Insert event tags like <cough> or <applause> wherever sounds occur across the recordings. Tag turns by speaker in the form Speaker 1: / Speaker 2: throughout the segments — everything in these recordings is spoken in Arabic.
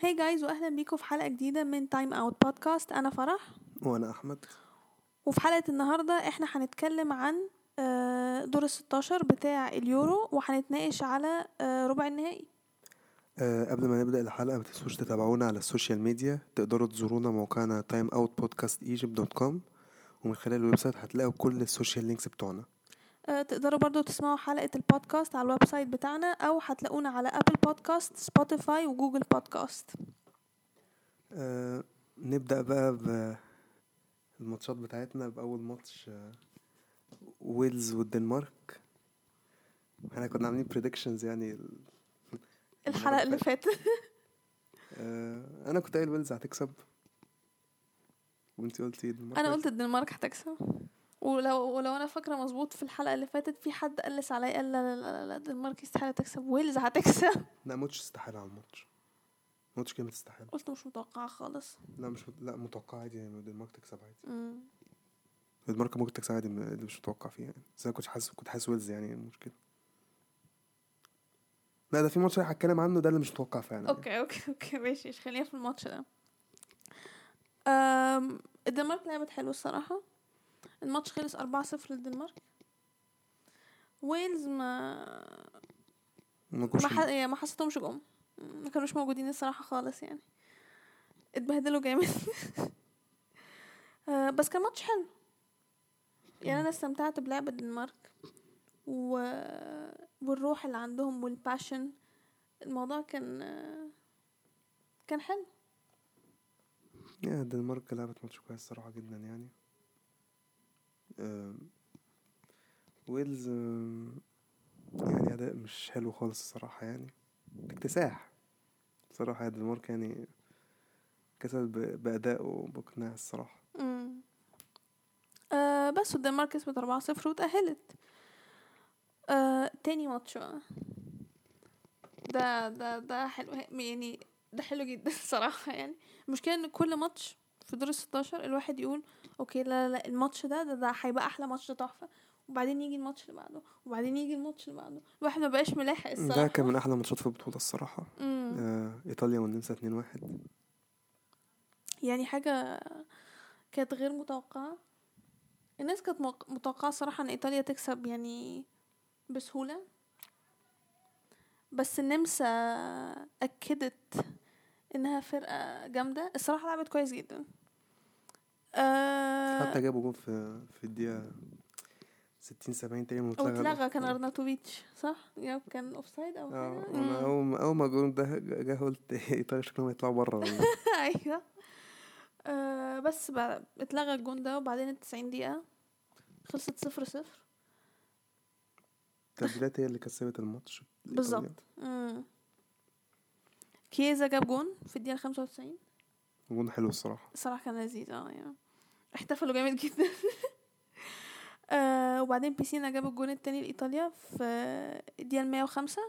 Speaker 1: هاي جايز واهلا بيكم في حلقه جديده من تايم اوت بودكاست انا فرح
Speaker 2: وانا احمد
Speaker 1: وفي حلقه النهارده احنا هنتكلم عن آه، دور ال 16 بتاع اليورو وهنتناقش على آه، ربع النهائي
Speaker 2: أه قبل ما نبدا الحلقه ما تنسوش تتابعونا على السوشيال ميديا تقدروا تزورونا موقعنا timeoutpodcastegypt.com ومن خلال الويب سايت هتلاقوا كل السوشيال لينكس بتوعنا
Speaker 1: آه، تقدروا برضو تسمعوا حلقه البودكاست على الويب سايت بتاعنا او هتلاقونا على ابل بودكاست سبوتيفاي وجوجل بودكاست
Speaker 2: أه نبدا بقى بالماتشات بتاعتنا باول ماتش آه، ويلز والدنمارك احنا كنا عاملين بريدكشنز يعني ال-
Speaker 1: الحلقه اللي فاتت
Speaker 2: أه انا كنت قايل ويلز هتكسب وانت قلتي الدنمارك
Speaker 1: انا قلت الدنمارك هتكسب ولو ولو انا فاكره مظبوط في الحلقه اللي فاتت في حد قلس عليا قال لا لا لا لا الدنمارك يستحيل تكسب ويلز هتكسب
Speaker 2: لا ماتش استحالة على الماتش ماتش كلمة استحالة
Speaker 1: قلت مش متوقعه خالص
Speaker 2: لا مش مت... لا متوقع عادي يعني الدنمارك تكسب عادي
Speaker 1: مم.
Speaker 2: الدنمارك ممكن تكسب عادي م- اللي مش متوقع فيه يعني بس انا كنت حاسس كنت حاسس ويلز يعني مشكلة لا ده في ماتش انا هتكلم عنه ده اللي مش متوقع فعلا يعني.
Speaker 1: اوكي اوكي اوكي ماشي مش خلينا في الماتش ده أم، الدنمارك لعبت حلو الصراحه الماتش خلص 4-0 للدنمارك ويلز ما
Speaker 2: ما جوش
Speaker 1: ما, ح... يعني ما حسيتهمش جم ما كانوش موجودين الصراحه خالص يعني اتبهدلوا جامد <laughs> آه، بس كان ماتش حلو يعني انا استمتعت بلعب الدنمارك و... والروح اللي عندهم والباشن الموضوع كان آه، كان حلو
Speaker 2: يا الدنمارك لعبت ماتش كويس صراحة جدا يعني آم، ويلز آم، يعني أداء مش حلو خالص الصراحة يعني اكتساح بصراحة الدنمارك يعني كسبت ب- بأداء وبقناع الصراحة
Speaker 1: مم. آه بس والدنمارك كسبت 4-0 وتأهلت آه تاني ماتش بقى. ده ده ده حلو يعني ده حلو جدا <laughs> صراحة يعني المشكلة ان كل ماتش في دور الستاشر الواحد يقول اوكي لا لا, لا الماتش ده ده, ده هيبقى احلى ماتش ده تحفة وبعدين يجي الماتش اللي بعده وبعدين يجي الماتش اللي بعده الواحد ما بقاش ملاحق
Speaker 2: ده
Speaker 1: الصراحة
Speaker 2: كان من أحلى ماتشات في البطولة الصراحة
Speaker 1: مم.
Speaker 2: آه، إيطاليا والنمسا 2-1
Speaker 1: يعني حاجة كانت غير متوقعة الناس كانت موق- متوقعة صراحة ان ايطاليا تكسب يعني بسهولة بس النمسا اكدت انها فرقة جامدة الصراحة لعبت كويس جدا
Speaker 2: حتى
Speaker 1: أه
Speaker 2: جابوا جول في في الدقيقة 60 70 تقريبا
Speaker 1: واتلغى كان
Speaker 2: الأخطاء.
Speaker 1: ارناتوفيتش صح؟ جاب كان اوفسايد او
Speaker 2: اه
Speaker 1: حاجة
Speaker 2: انا
Speaker 1: <laughs> مم.
Speaker 2: اول ما اول ما الجون ده جه قلت <laughs> ايطاليا شكلهم هيطلعوا بره ولا-
Speaker 1: ايوه أه بس بقى اتلغى الجون ده وبعدين التسعين دقيقة خلصت صفر صفر
Speaker 2: التبديلات هي اللي كسبت الماتش الإيطاليا.
Speaker 1: بالظبط مم. كيزا جاب جون في الدقيقة 95
Speaker 2: جون حلو الصراحه
Speaker 1: الصراحة كان لذيذ اه يعني احتفلوا جامد جدا <laughs> آه وبعدين بيسينا جاب الجون التاني لإيطاليا في الدقيقة 105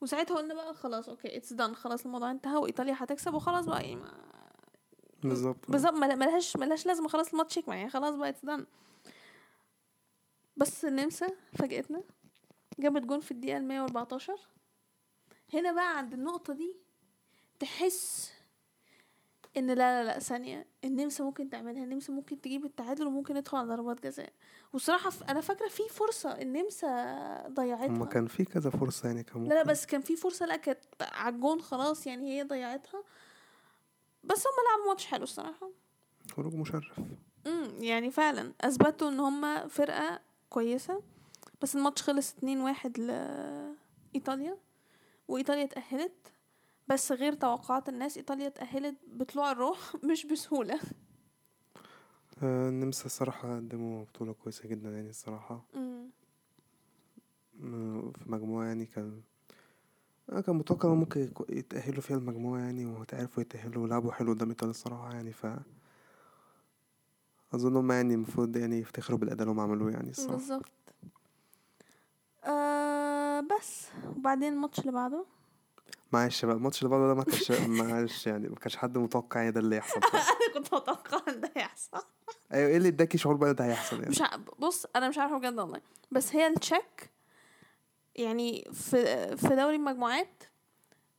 Speaker 1: وساعتها قلنا بقى خلاص اوكي اتس دان خلاص الموضوع انتهى وإيطاليا هتكسب وخلاص بقى يعني ما-
Speaker 2: بالظبط
Speaker 1: بالظبط ما- ملهاش ملهاش لازمة خلاص الماتش يكمل يعني خلاص بقى اتس دان بس النمسا فاجأتنا جابت جون في الدقيقة 114 هنا بقى عند النقطة دي تحس ان لا لا لا ثانية النمسا ممكن تعملها النمسا ممكن تجيب التعادل وممكن ندخل على ضربات جزاء والصراحة ف- انا فاكرة في فرصة النمسا
Speaker 2: هما
Speaker 1: ضيعتها
Speaker 2: كان في كذا فرصه يعني كان
Speaker 1: لا لا
Speaker 2: ممكن-
Speaker 1: بس كان في فرصة لا كانت على الجون خلاص يعني هي ضيعتها بس هم لعبوا ماتش حلو الصراحة
Speaker 2: خروج مشرف
Speaker 1: امم يعني فعلا اثبتوا ان هم فرقه كويسه بس الماتش خلص 2-1 لايطاليا وايطاليا اتاهلت بس غير توقعات الناس ايطاليا اتاهلت بطلوع الروح <laughs> مش بسهوله
Speaker 2: آه، النمسا الصراحه قدموا بطوله كويسه جدا يعني الصراحه
Speaker 1: امم
Speaker 2: م- في مجموعه يعني كان انا كان متوقع إن ممكن يكو- يتاهلوا فيها المجموعه يعني وهتعرفوا يتاهلوا ولعبوا حلو قدام ايطاليا الصراحه يعني ف اظن هما يعني المفروض يعني يفتخروا بالاداء اللي هما عملوه يعني الصراحه
Speaker 1: بالظبط آه بس وبعدين الماتش اللي بعده
Speaker 2: معلش بقى الماتش اللي بعده ده ما كانش
Speaker 1: <laughs>
Speaker 2: معلش يعني ما كانش حد متوقع ان ده اللي يحصل خالص.
Speaker 1: انا <laughs> كنت متوقعه ان ده يحصل
Speaker 2: ايوه ايه اللي اداكي شعور بقى ده هيحصل يعني
Speaker 1: مش ع... بص انا مش عارفه بجد والله بس هي التشيك يعني في في دوري المجموعات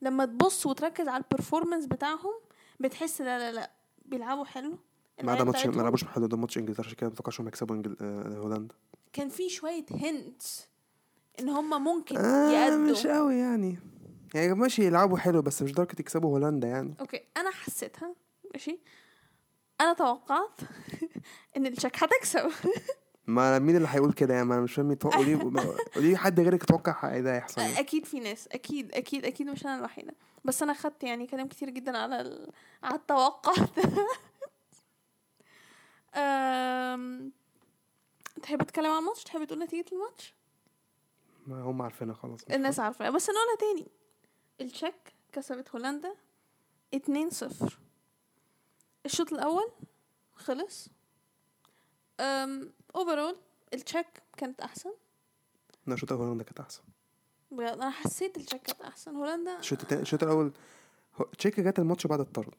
Speaker 1: لما تبص وتركز على البرفورمانس بتاعهم بتحس لا لا لا بيلعبوا حلو
Speaker 2: ما
Speaker 1: العيال
Speaker 2: عدا ماتش
Speaker 1: بتاعتهم
Speaker 2: ما لعبوش حلو ده ماتش انجلترا عشان كده ما بفكرش انهم يكسبوا إنجل- آه، هولندا
Speaker 1: كان في شويه هنتس ان هم ممكن
Speaker 2: آه مش
Speaker 1: يأدوا
Speaker 2: قوي يعني يعني ماشي يلعبوا حلو بس مش درجة يكسبوا هولندا يعني
Speaker 1: اوكي انا حسيتها ماشي انا توقعت <laughs> ان التشيك هتكسب
Speaker 2: ما مين اللي هيقول كده يعني ما انا مش فاهم يتوقع- قولي قولي لي حد غيرك يتوقع ده هيحصل يعني.
Speaker 1: اكيد في ناس اكيد اكيد اكيد مش انا الوحيده بس انا خدت يعني كلام كتير جدا على ال... على التوقع ده <laughs> أم... تحب تتكلم عن الماتش تحب تقول نتيجه الماتش
Speaker 2: ما هم عارفينها خلاص مش
Speaker 1: الناس عارفه بس نقولها تاني التشيك كسبت هولندا 2-0 الشوط الاول خلص أم... اوفرول التشيك كانت احسن
Speaker 2: لا الشوط الاول هولندا كانت احسن
Speaker 1: بجد انا حسيت التشيك كانت احسن هولندا
Speaker 2: الشوط التاني الشوط الاول هو- تشيكا جت الماتش بعد الطرد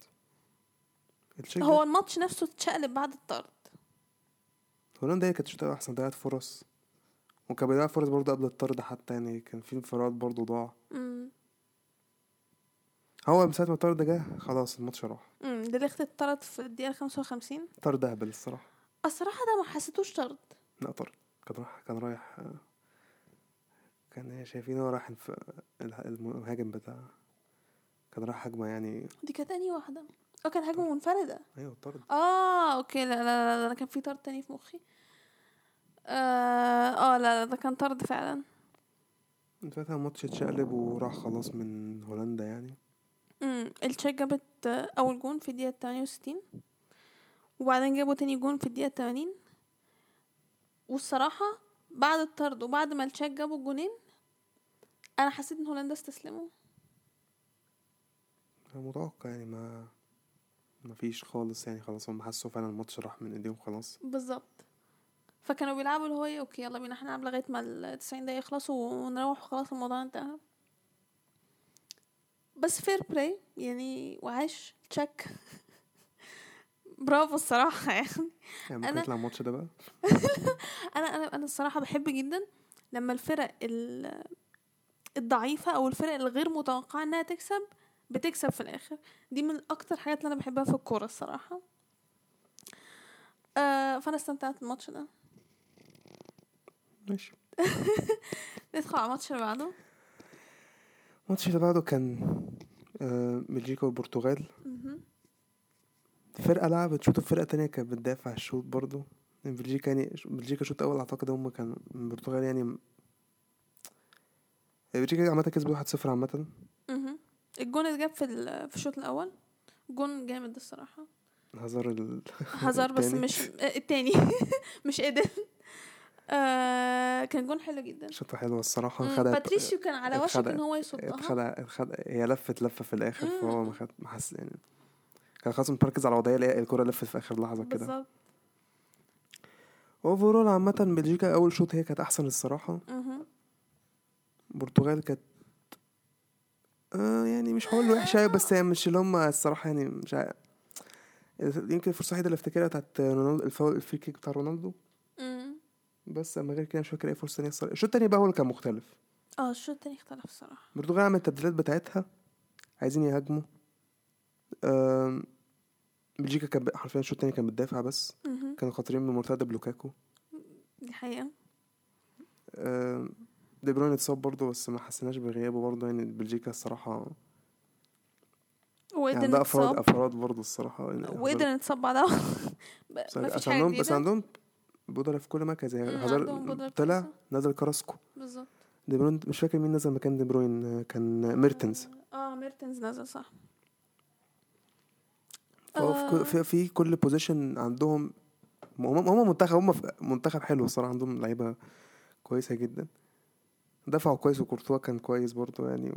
Speaker 2: التشيكا
Speaker 1: هو الماتش نفسه اتشقلب بعد الطرد
Speaker 2: هولندا هي كانت الشوط الأول احسن ضيعت فرص وكان بيضيع فرص برضه قبل الطرد حتى يعني كان في انفراد برضه ضاع
Speaker 1: امم
Speaker 2: هو من ساعة ما الطرد جه خلاص الماتش راح
Speaker 1: ده اللي اخت طرد في الدقيقة 55
Speaker 2: طرد اهبل الصراحة
Speaker 1: الصراحة ده ما حسيتوش طرد
Speaker 2: لا طرد كان راح كان رايح آه، كان شايفين هو رايح الف- اله- المهاجم بتاع كان رايح هجمة يعني
Speaker 1: دي كانت انهي واحدة اه كان هجمة منفردة
Speaker 2: ايوه طرد
Speaker 1: اه اوكي لا لا لا ده انا كان في طرد تاني في مخي اه آه، لا لا ده كان طرد فعلا
Speaker 2: من ساعتها الماتش اتشقلب وراح خلاص من هولندا يعني
Speaker 1: امم التشيك جابت آه، اول جون في الدقيقة 68 وبعدين جابوا تاني جون في الدقيقة 80 والصراحة بعد الطرد وبعد ما التشيك جابوا الجونين انا حسيت ان هولندا استسلموا
Speaker 2: كان متوقع يعني ما ما فيش خالص يعني خلاص هم حسوا فعلا الماتش راح من ايديهم خلاص
Speaker 1: بالظبط فكانوا بيلعبوا اللي هو ايه اوكي يلا بينا هنلعب لغايه ما ال 90 دقيقه يخلصوا ونروح خلاص الموضوع انتهى بس فير بلاي يعني وعاش تشيك <laughs> برافو الصراحه يعني
Speaker 2: يعني ممكن
Speaker 1: أنا-
Speaker 2: يطلع الماتش ده بقى
Speaker 1: انا انا انا الصراحه بحب جدا لما الفرق ال- الضعيفه او الفرق الغير متوقعه انها تكسب بتكسب في الاخر دي من اكتر حاجات اللي انا بحبها في الكوره الصراحه آه فانا استمتعت بالماتش ده
Speaker 2: ماشي
Speaker 1: ندخل على الماتش اللي بعده
Speaker 2: الماتش اللي بعده كان آه، بلجيكا والبرتغال
Speaker 1: مهم.
Speaker 2: فرقة لعبت شوط الفرقة التانية كانت بتدافع الشوط برضه بلجيكا يعني بلجيكا شوط أول أعتقد هما كان البرتغال يعني بلجيكا عامة كسبت 1-0 عامة
Speaker 1: مهم. الجون اتجاب في ال- في الشوط الاول جون جامد
Speaker 2: <laughs>
Speaker 1: الصراحه
Speaker 2: هزار ال...
Speaker 1: هزار بس
Speaker 2: التاني.
Speaker 1: مش آه، التاني <laughs> مش قادر آه كان جون حلو جدا
Speaker 2: شوطة حلوة الصراحة
Speaker 1: مم،
Speaker 2: خدها
Speaker 1: باتريسيو كان على وشك
Speaker 2: اتخدع-
Speaker 1: ان هو يصدها
Speaker 2: اتخدع اتخدع هي لفت لفة في الآخر
Speaker 1: مم.
Speaker 2: فهو ما خد ما حس يعني كان خلاص مركز على الوضعية لقى الكرة لفت في آخر لحظة كده
Speaker 1: بالظبط
Speaker 2: اوفرول عامة بلجيكا أول شوط هي كانت أحسن الصراحة
Speaker 1: مهم.
Speaker 2: البرتغال كانت آه يعني مش هقول وحشة أوي، بس هي مش اللي هم الصراحة يعني مش ع... يمكن الفرصة الوحيدة اللي افتكرها بتاعت رونالدو الفاول الفري كيك بتاع رونالدو
Speaker 1: مم.
Speaker 2: بس اما غير كده مش فاكر اي فرصة تانية الصراحة الشوط التاني بقى هو اللي كان مختلف
Speaker 1: اه الشوط التاني اختلف الصراحه
Speaker 2: البرتغال عملت التبديلات بتاعتها عايزين يهاجموا آم، بلجيكا كان ب- حرفيا الشوط التاني كان بتدافع بس
Speaker 1: مهم.
Speaker 2: كانوا خاطرين من مرتدى بلوكاكو
Speaker 1: دي
Speaker 2: يعني
Speaker 1: حقيقه
Speaker 2: آم، دي بروين اتصاب برضه بس ما حسيناش بغيابه برضه يعني بلجيكا الصراحة يعني
Speaker 1: وقدر
Speaker 2: عندها افراد
Speaker 1: اتصاب
Speaker 2: افراد برضه الصراحة يعني
Speaker 1: وقدر اتصاب بعدها <laughs> ب-
Speaker 2: بس
Speaker 1: مفيش
Speaker 2: بس
Speaker 1: حاجه
Speaker 2: عندهم بس
Speaker 1: جديده
Speaker 2: عندهم بودرة في كل مركز يعني
Speaker 1: مم، عندهم بودرة
Speaker 2: هازارد طلع
Speaker 1: كويسة.
Speaker 2: نزل كراسكو
Speaker 1: بالظبط
Speaker 2: دي بروين مش فاكر مين نزل مكان دي بروين آه، كان ميرتنز
Speaker 1: اه ميرتنز نزل صح آه.
Speaker 2: فهو في كل- في, في كل بوزيشن عندهم هم هم منتخب هم في- منتخب حلو الصراحة عندهم لعيبة كويسة جدا دفعوا كويس وكورتوا كان كويس برضه يعني و...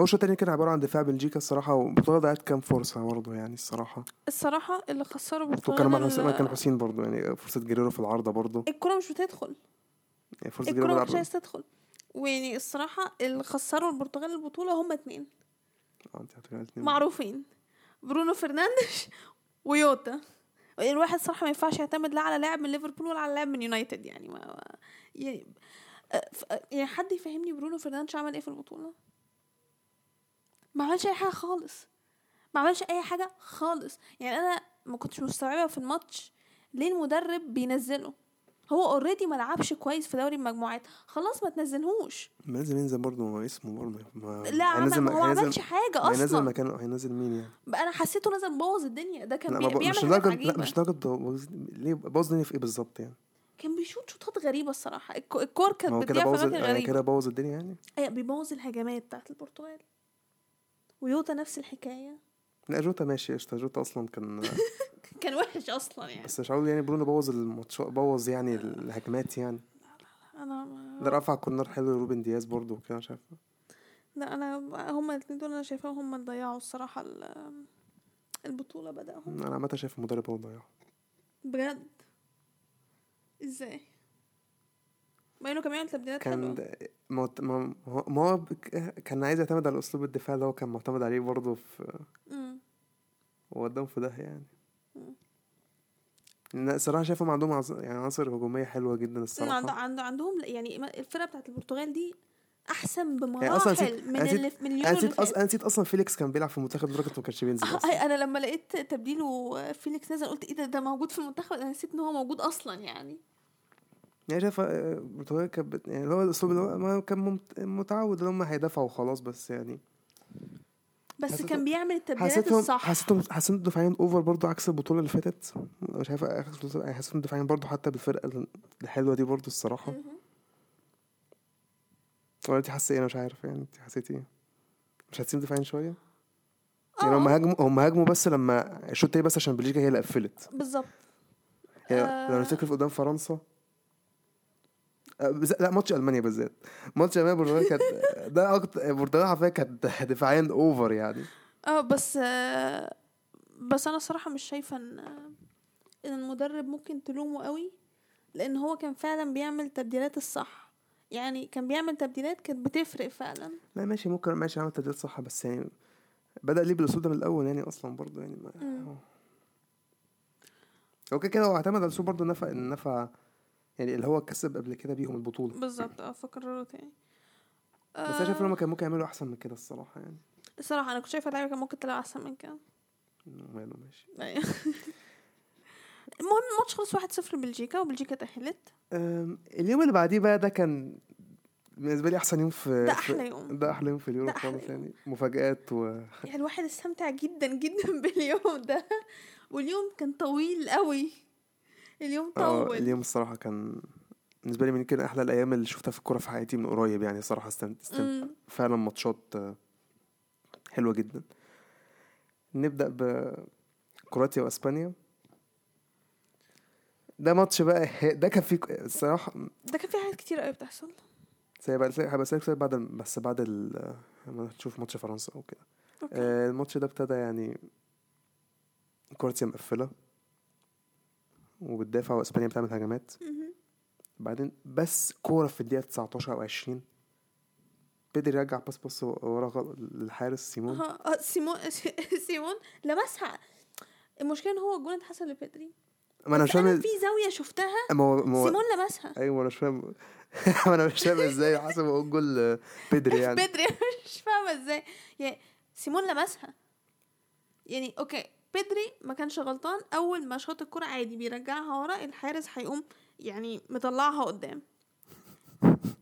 Speaker 2: هو الشوط التاني كان عبارة عن دفاع بلجيكا الصراحة والبطولة ضيعت كام فرصة برضه يعني الصراحة
Speaker 1: الصراحه اللي خسروا
Speaker 2: وكان مع
Speaker 1: البرتغال
Speaker 2: حسين
Speaker 1: ال-
Speaker 2: كان حسين برضه يعني فرصة جريرو في العارضة برضه
Speaker 1: الكرة مش بتدخل
Speaker 2: يعني فرصة جريرو
Speaker 1: الكرة مش
Speaker 2: بالعارضة
Speaker 1: عايز تدخل ويعني الصراحة اللي خسروا البرتغال البطولة هما اتنين
Speaker 2: اه انت هتقول على اتنين.
Speaker 1: معروفين برونو فرنانديز <laughs> ويوتا الواحد صراحة ما ينفعش يعتمد لا على لاعب من ليفربول ولا على لاعب من يونايتد يعني أه، ما ما- يعني أ- ف- يعني حد يفهمني برونو فرنانديز عمل ايه في إيه البطولة ما عملش اي حاجه خالص ما عملش اي حاجه خالص يعني انا ما كنتش مستوعبه في الماتش ليه المدرب بينزله هو اوريدي ما لعبش كويس في دوري المجموعات خلاص ما تنزلهوش
Speaker 2: ما لازم ينزل برضه ما هو اسمه برضه ما
Speaker 1: لا عمل
Speaker 2: هينزل-
Speaker 1: هو ما
Speaker 2: هينزل-
Speaker 1: عملش حاجه
Speaker 2: هينزل
Speaker 1: اصلا
Speaker 2: مكان هينزل مين يعني
Speaker 1: بقى انا حسيته نزل بوظ الدنيا ده كان
Speaker 2: لا
Speaker 1: بي...
Speaker 2: ما بق-
Speaker 1: بيعمل
Speaker 2: مش
Speaker 1: حاجات
Speaker 2: لدرجه لا
Speaker 1: عجيبه
Speaker 2: مش لدرجه ده بوظ- ليه بوظ الدنيا في ايه بالظبط يعني
Speaker 1: كان بيشوط شوطات غريبه الصراحه الك- الكور
Speaker 2: ما هو
Speaker 1: كانت
Speaker 2: كده
Speaker 1: بتضيع في
Speaker 2: بوظ
Speaker 1: اماكن
Speaker 2: يعني
Speaker 1: غريبه
Speaker 2: كده بوظ الدنيا يعني
Speaker 1: أي- بيبوظ الهجمات بتاعت البرتغال ويوتا نفس الحكايه
Speaker 2: لا جوتا ماشي قشطه جوتا اصلا كان
Speaker 1: <laughs> كان وحش اصلا يعني
Speaker 2: بس مش عاوز يعني برونو بوظ الماتش بوظ يعني الهجمات يعني
Speaker 1: انا ما...
Speaker 2: ده رفع كورنر حلو لروبن دياز برضه وكده مش عارف
Speaker 1: لا انا هما الاثنين دول انا شايفاهم هما اللي ضيعوا الصراحه ال- البطوله بداهم
Speaker 2: انا عامه شايف المدرب هو اللي ضيعه
Speaker 1: بجد ازاي ما انه كان بيعمل تبديلات
Speaker 2: كان
Speaker 1: حلوه
Speaker 2: ده- ما هو- ما هو- ما هو بك- كان عايز يعتمد على اسلوب الدفاع اللي هو كان معتمد عليه برضه في
Speaker 1: مم.
Speaker 2: وقدام في ده يعني
Speaker 1: مم.
Speaker 2: لأن الصراحه شايفهم عندهم عز- يعني عناصر هجوميه حلوه جدا
Speaker 1: إن عند...
Speaker 2: الصراحه
Speaker 1: عند... عندهم يعني ما- الفرقه بتاعت البرتغال دي احسن
Speaker 2: يعني أصلاً
Speaker 1: بمراحل
Speaker 2: نسيت-
Speaker 1: من
Speaker 2: أنا نسيت-
Speaker 1: اللي في- من
Speaker 2: انا
Speaker 1: اليورو اللي
Speaker 2: نسيت
Speaker 1: فات
Speaker 2: اصلا انا نسيت اصلا فيليكس كان بيلعب في المنتخب لدرجه إنه ما كانش بينزل
Speaker 1: <laughs> آه،
Speaker 2: أصلاً.
Speaker 1: أي- انا لما لقيت تبديله فيليكس نزل قلت ايه ده ده موجود في المنتخب انا نسيت ان هو موجود اصلا يعني
Speaker 2: يعني شايف آه، البرتغال كانت بت- يعني اللي هو الاسلوب اللي هو ما كان ممت- متعود ان هم هيدافعوا وخلاص بس يعني
Speaker 1: بس
Speaker 2: حسيته-
Speaker 1: كان بيعمل التبديلات
Speaker 2: حسيتهم
Speaker 1: الصح
Speaker 2: حسيتهم حسيتهم دفاعيا اوفر برضو عكس البطوله اللي فاتت مش عارف آخر بطولة- يعني حسيتهم دفاعيا برضو حتى بالفرقه ال- الحلوه دي برضو الصراحه
Speaker 1: مهم.
Speaker 2: ولا انت حاسه ايه انا مش عارف يعني انت حسيتي ايه مش هتسيب دفاعيا شويه يعني هم
Speaker 1: اه
Speaker 2: هاجموا هم هاجموا بس لما الشوط التاني بس عشان بلجيكا هي اللي قفلت
Speaker 1: بالظبط
Speaker 2: يعني لو
Speaker 1: آه.
Speaker 2: نفتكر في قدام فرنسا آه، بز- لا ماتش المانيا بالذات ماتش المانيا البرتغال كانت ده اكتر البرتغال حرفيا كانت دفاعيا اوفر يعني
Speaker 1: اه بس آه بس انا صراحة مش شايفة ان ان المدرب ممكن تلومه قوي لان هو كان فعلا بيعمل تبديلات الصح يعني كان بيعمل تبديلات كانت بتفرق فعلا
Speaker 2: لا ماشي ممكن ماشي عمل تدريب صح بس يعني بدأ ليه بالاسلوب ده من الاول يعني اصلا برضه يعني ما
Speaker 1: مم.
Speaker 2: هو- هو كده كده هو اعتمد على الاسلوب برضه نفع نفع يعني اللي هو كسب قبل كده بيهم البطوله
Speaker 1: بالظبط اه فكرره تاني
Speaker 2: بس انا شايف ان
Speaker 1: آه،
Speaker 2: هم كان ممكن يعملوا احسن من كده الصراحه يعني
Speaker 1: الصراحة انا كنت شايفة اللعيبة كان ممكن تلعب احسن من كده
Speaker 2: ماله ماشي
Speaker 1: أيوة. <laughs> المهم الماتش خلص واحد صفر بلجيكا وبلجيكا تأهلت
Speaker 2: أم، اليوم اللي بعديه بقى ده كان بالنسبه لي احسن يوم في
Speaker 1: ده
Speaker 2: في-
Speaker 1: احلى يوم
Speaker 2: ده احلى يوم في اليورو
Speaker 1: ده أحلى
Speaker 2: خالص
Speaker 1: يوم.
Speaker 2: يعني مفاجآت و
Speaker 1: يعني الواحد استمتع جدا جدا <laughs> باليوم ده واليوم كان طويل قوي اليوم
Speaker 2: اه
Speaker 1: طول
Speaker 2: اليوم الصراحه كان بالنسبه لي من كان احلى الايام اللي شفتها في الكوره في حياتي من قريب يعني الصراحه استمت... استمت...
Speaker 1: مم.
Speaker 2: فعلا ماتشات آه، حلوه جدا نبدا بكرواتيا واسبانيا ده ماتش بقى <laughs> ده كان فيه الصراحه
Speaker 1: ده كان في حاجات كتير قوي بتحصل
Speaker 2: سيب هبقى أسألك سؤال بعد الم- بس بعد ال لما تشوف ماتش فرنسا او كده
Speaker 1: أوكي.
Speaker 2: آه، الماتش ده ابتدى يعني كرواتيا مقفله وبتدافع واسبانيا بتعمل هجمات
Speaker 1: مهم.
Speaker 2: بعدين بس كوره في الدقيقه 19 او 20 بدري يرجع باس باس ورا غل- للحارس سيمون
Speaker 1: أها. اه سيمون <laughs> سيمون لمسها المشكله ان هو الجون اتحسب لبدري
Speaker 2: ما انا مش
Speaker 1: بس انا
Speaker 2: فاهم
Speaker 1: في زاويه شفتها
Speaker 2: ما هو ما هو-
Speaker 1: سيمون لمسها
Speaker 2: ايوه انا مش فاهم <laughs> انا مش فاهم ازاي حسب اقول جول
Speaker 1: <laughs>
Speaker 2: بدري يعني
Speaker 1: بدري مش فاهمه ازاي يعني سيمون لمسها يعني اوكي بدري ما كانش غلطان اول ما شاط الكره عادي بيرجعها ورا الحارس هيقوم يعني مطلعها قدام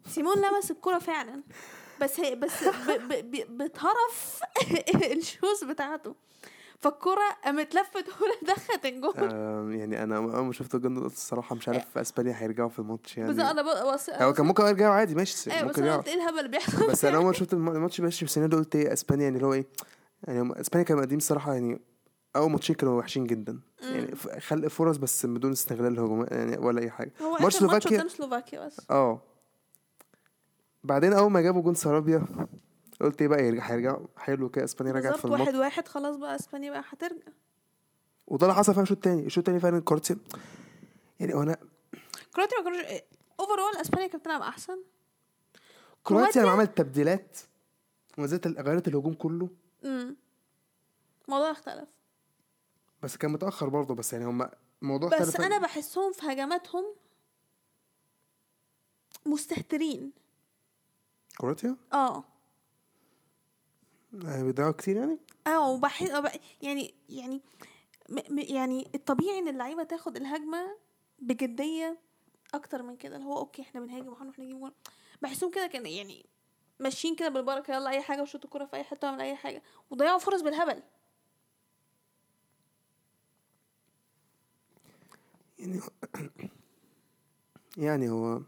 Speaker 1: سيمون لمس الكره فعلا بس هي بس ب ب ب بتهرف <laughs> الشوز بتاعته فالكره قامت لفت ورا دخلت الجول
Speaker 2: آم، يعني انا اول ما شفت الجول ده قلت الصراحه مش عارف اسبانيا هيرجعوا في الماتش
Speaker 1: آه. بس
Speaker 2: يعني
Speaker 1: انا بص
Speaker 2: هو كان ممكن يرجعوا عادي ماشي
Speaker 1: ايوه بس
Speaker 2: ممكن
Speaker 1: انا
Speaker 2: يرجعوا
Speaker 1: قلت ايه الهبل اللي بيحصل
Speaker 2: بس انا اول ما شفت الم- الماتش ماشي بس ده قلت ايه اسبانيا يعني اللي هو ايه يعني هم- اسبانيا كانوا مقدمين الصراحه يعني اول ماتشين كانوا وحشين جدا يعني
Speaker 1: مم.
Speaker 2: ف- خلق فرص بس بدون استغلال الهجوم يعني ولا اي حاجه
Speaker 1: هو
Speaker 2: ماتش
Speaker 1: ماتش
Speaker 2: سلوفاكيا-
Speaker 1: سلوفاكيا قدام سلوفاكيا بس
Speaker 2: اه بعدين اول ما جابوا جون سرابيا قلت ايه بقى يرجع هيرجع حلو كده اسبانيا رجعت في
Speaker 1: بالظبط
Speaker 2: الماتش
Speaker 1: واحد واحد خلاص بقى اسبانيا بقى هترجع
Speaker 2: وده اللي حصل فعلا الشوط التاني الشوط التاني فعلا كرواتيا يعني هو انا
Speaker 1: كرواتيا ما كانوش اوفرول اسبانيا كانت بتلعب احسن
Speaker 2: كرواتيا
Speaker 1: كرواتيا؟
Speaker 2: لما عملت تبديلات وما زالت غيرت الهجوم كله
Speaker 1: امم الموضوع اختلف
Speaker 2: بس كان متاخر برضه بس يعني هم الموضوع
Speaker 1: بس
Speaker 2: اختلف
Speaker 1: انا بحسهم في هجماتهم مستهترين آه.
Speaker 2: كرواتيا
Speaker 1: اه
Speaker 2: آه، بيضيعوا كتير يعني
Speaker 1: اه وبحس يعني يعني م... م... يعني الطبيعي ان اللعيبه تاخد الهجمه بجديه اكتر من كده اللي هو اوكي احنا بنهاجم وهنروح نجيب جول بحسهم كده كان يعني ماشيين كده بالبركه يلا اي حاجه وشوط الكوره في اي حته واعمل اي حاجه وضيعوا فرص بالهبل
Speaker 2: يعني <clears throat> يعني هو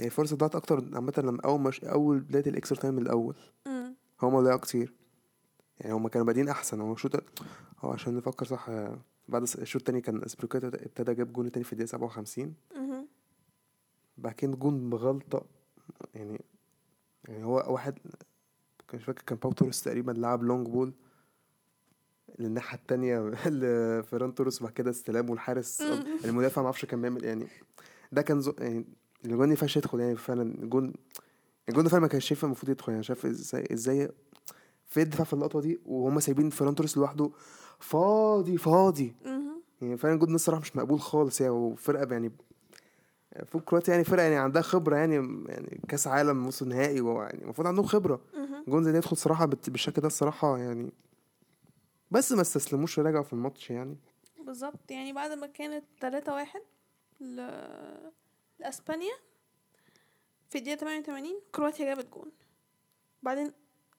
Speaker 2: هي الفرصة ضاعت أكتر عامة لما أول مش... أول بداية الإكسترا تايم الأول
Speaker 1: امم
Speaker 2: هما ضيعوا كتير يعني هما كانوا بادئين أحسن هو الشوط هو عشان نفكر صح آه، بعد الس- الشوط التاني كان اسبريكاتو ابتدى جاب جون تاني في الدقيقة 57
Speaker 1: مهم.
Speaker 2: بعد كده جون بغلطة يعني يعني هو واحد كان مش فاكر كان باو توريس تقريبا لعب لونج بول للناحية التانية <laughs> لفيران توريس وبعد كده استلام والحارس
Speaker 1: مم.
Speaker 2: المدافع معرفش كان بيعمل إيه يعني ده كان زو يعني الجون ما ينفعش يدخل يعني فعلا الجون الجون ده فعلا ما كانش شايف المفروض يدخل يعني شايف ازاي ازاي في الدفاع في اللقطة دي وهم سايبين فيران توريس لوحده فاضي فاضي
Speaker 1: مهم.
Speaker 2: يعني فعلا جود الصراحه مش مقبول خالص يعني وفرقه يعني فوق كرواتيا يعني فرقه يعني عندها خبره يعني يعني كاس عالم نص نهائي وهو يعني المفروض عندهم خبره
Speaker 1: مهم.
Speaker 2: جون زي ده يدخل صراحه بت- بالشكل ده الصراحه يعني بس ما استسلموش رجعوا في الماتش يعني
Speaker 1: بالظبط يعني بعد ما كانت 3 واحد ل... لاسبانيا في الدقيقه 88 كرواتيا جابت جون بعدين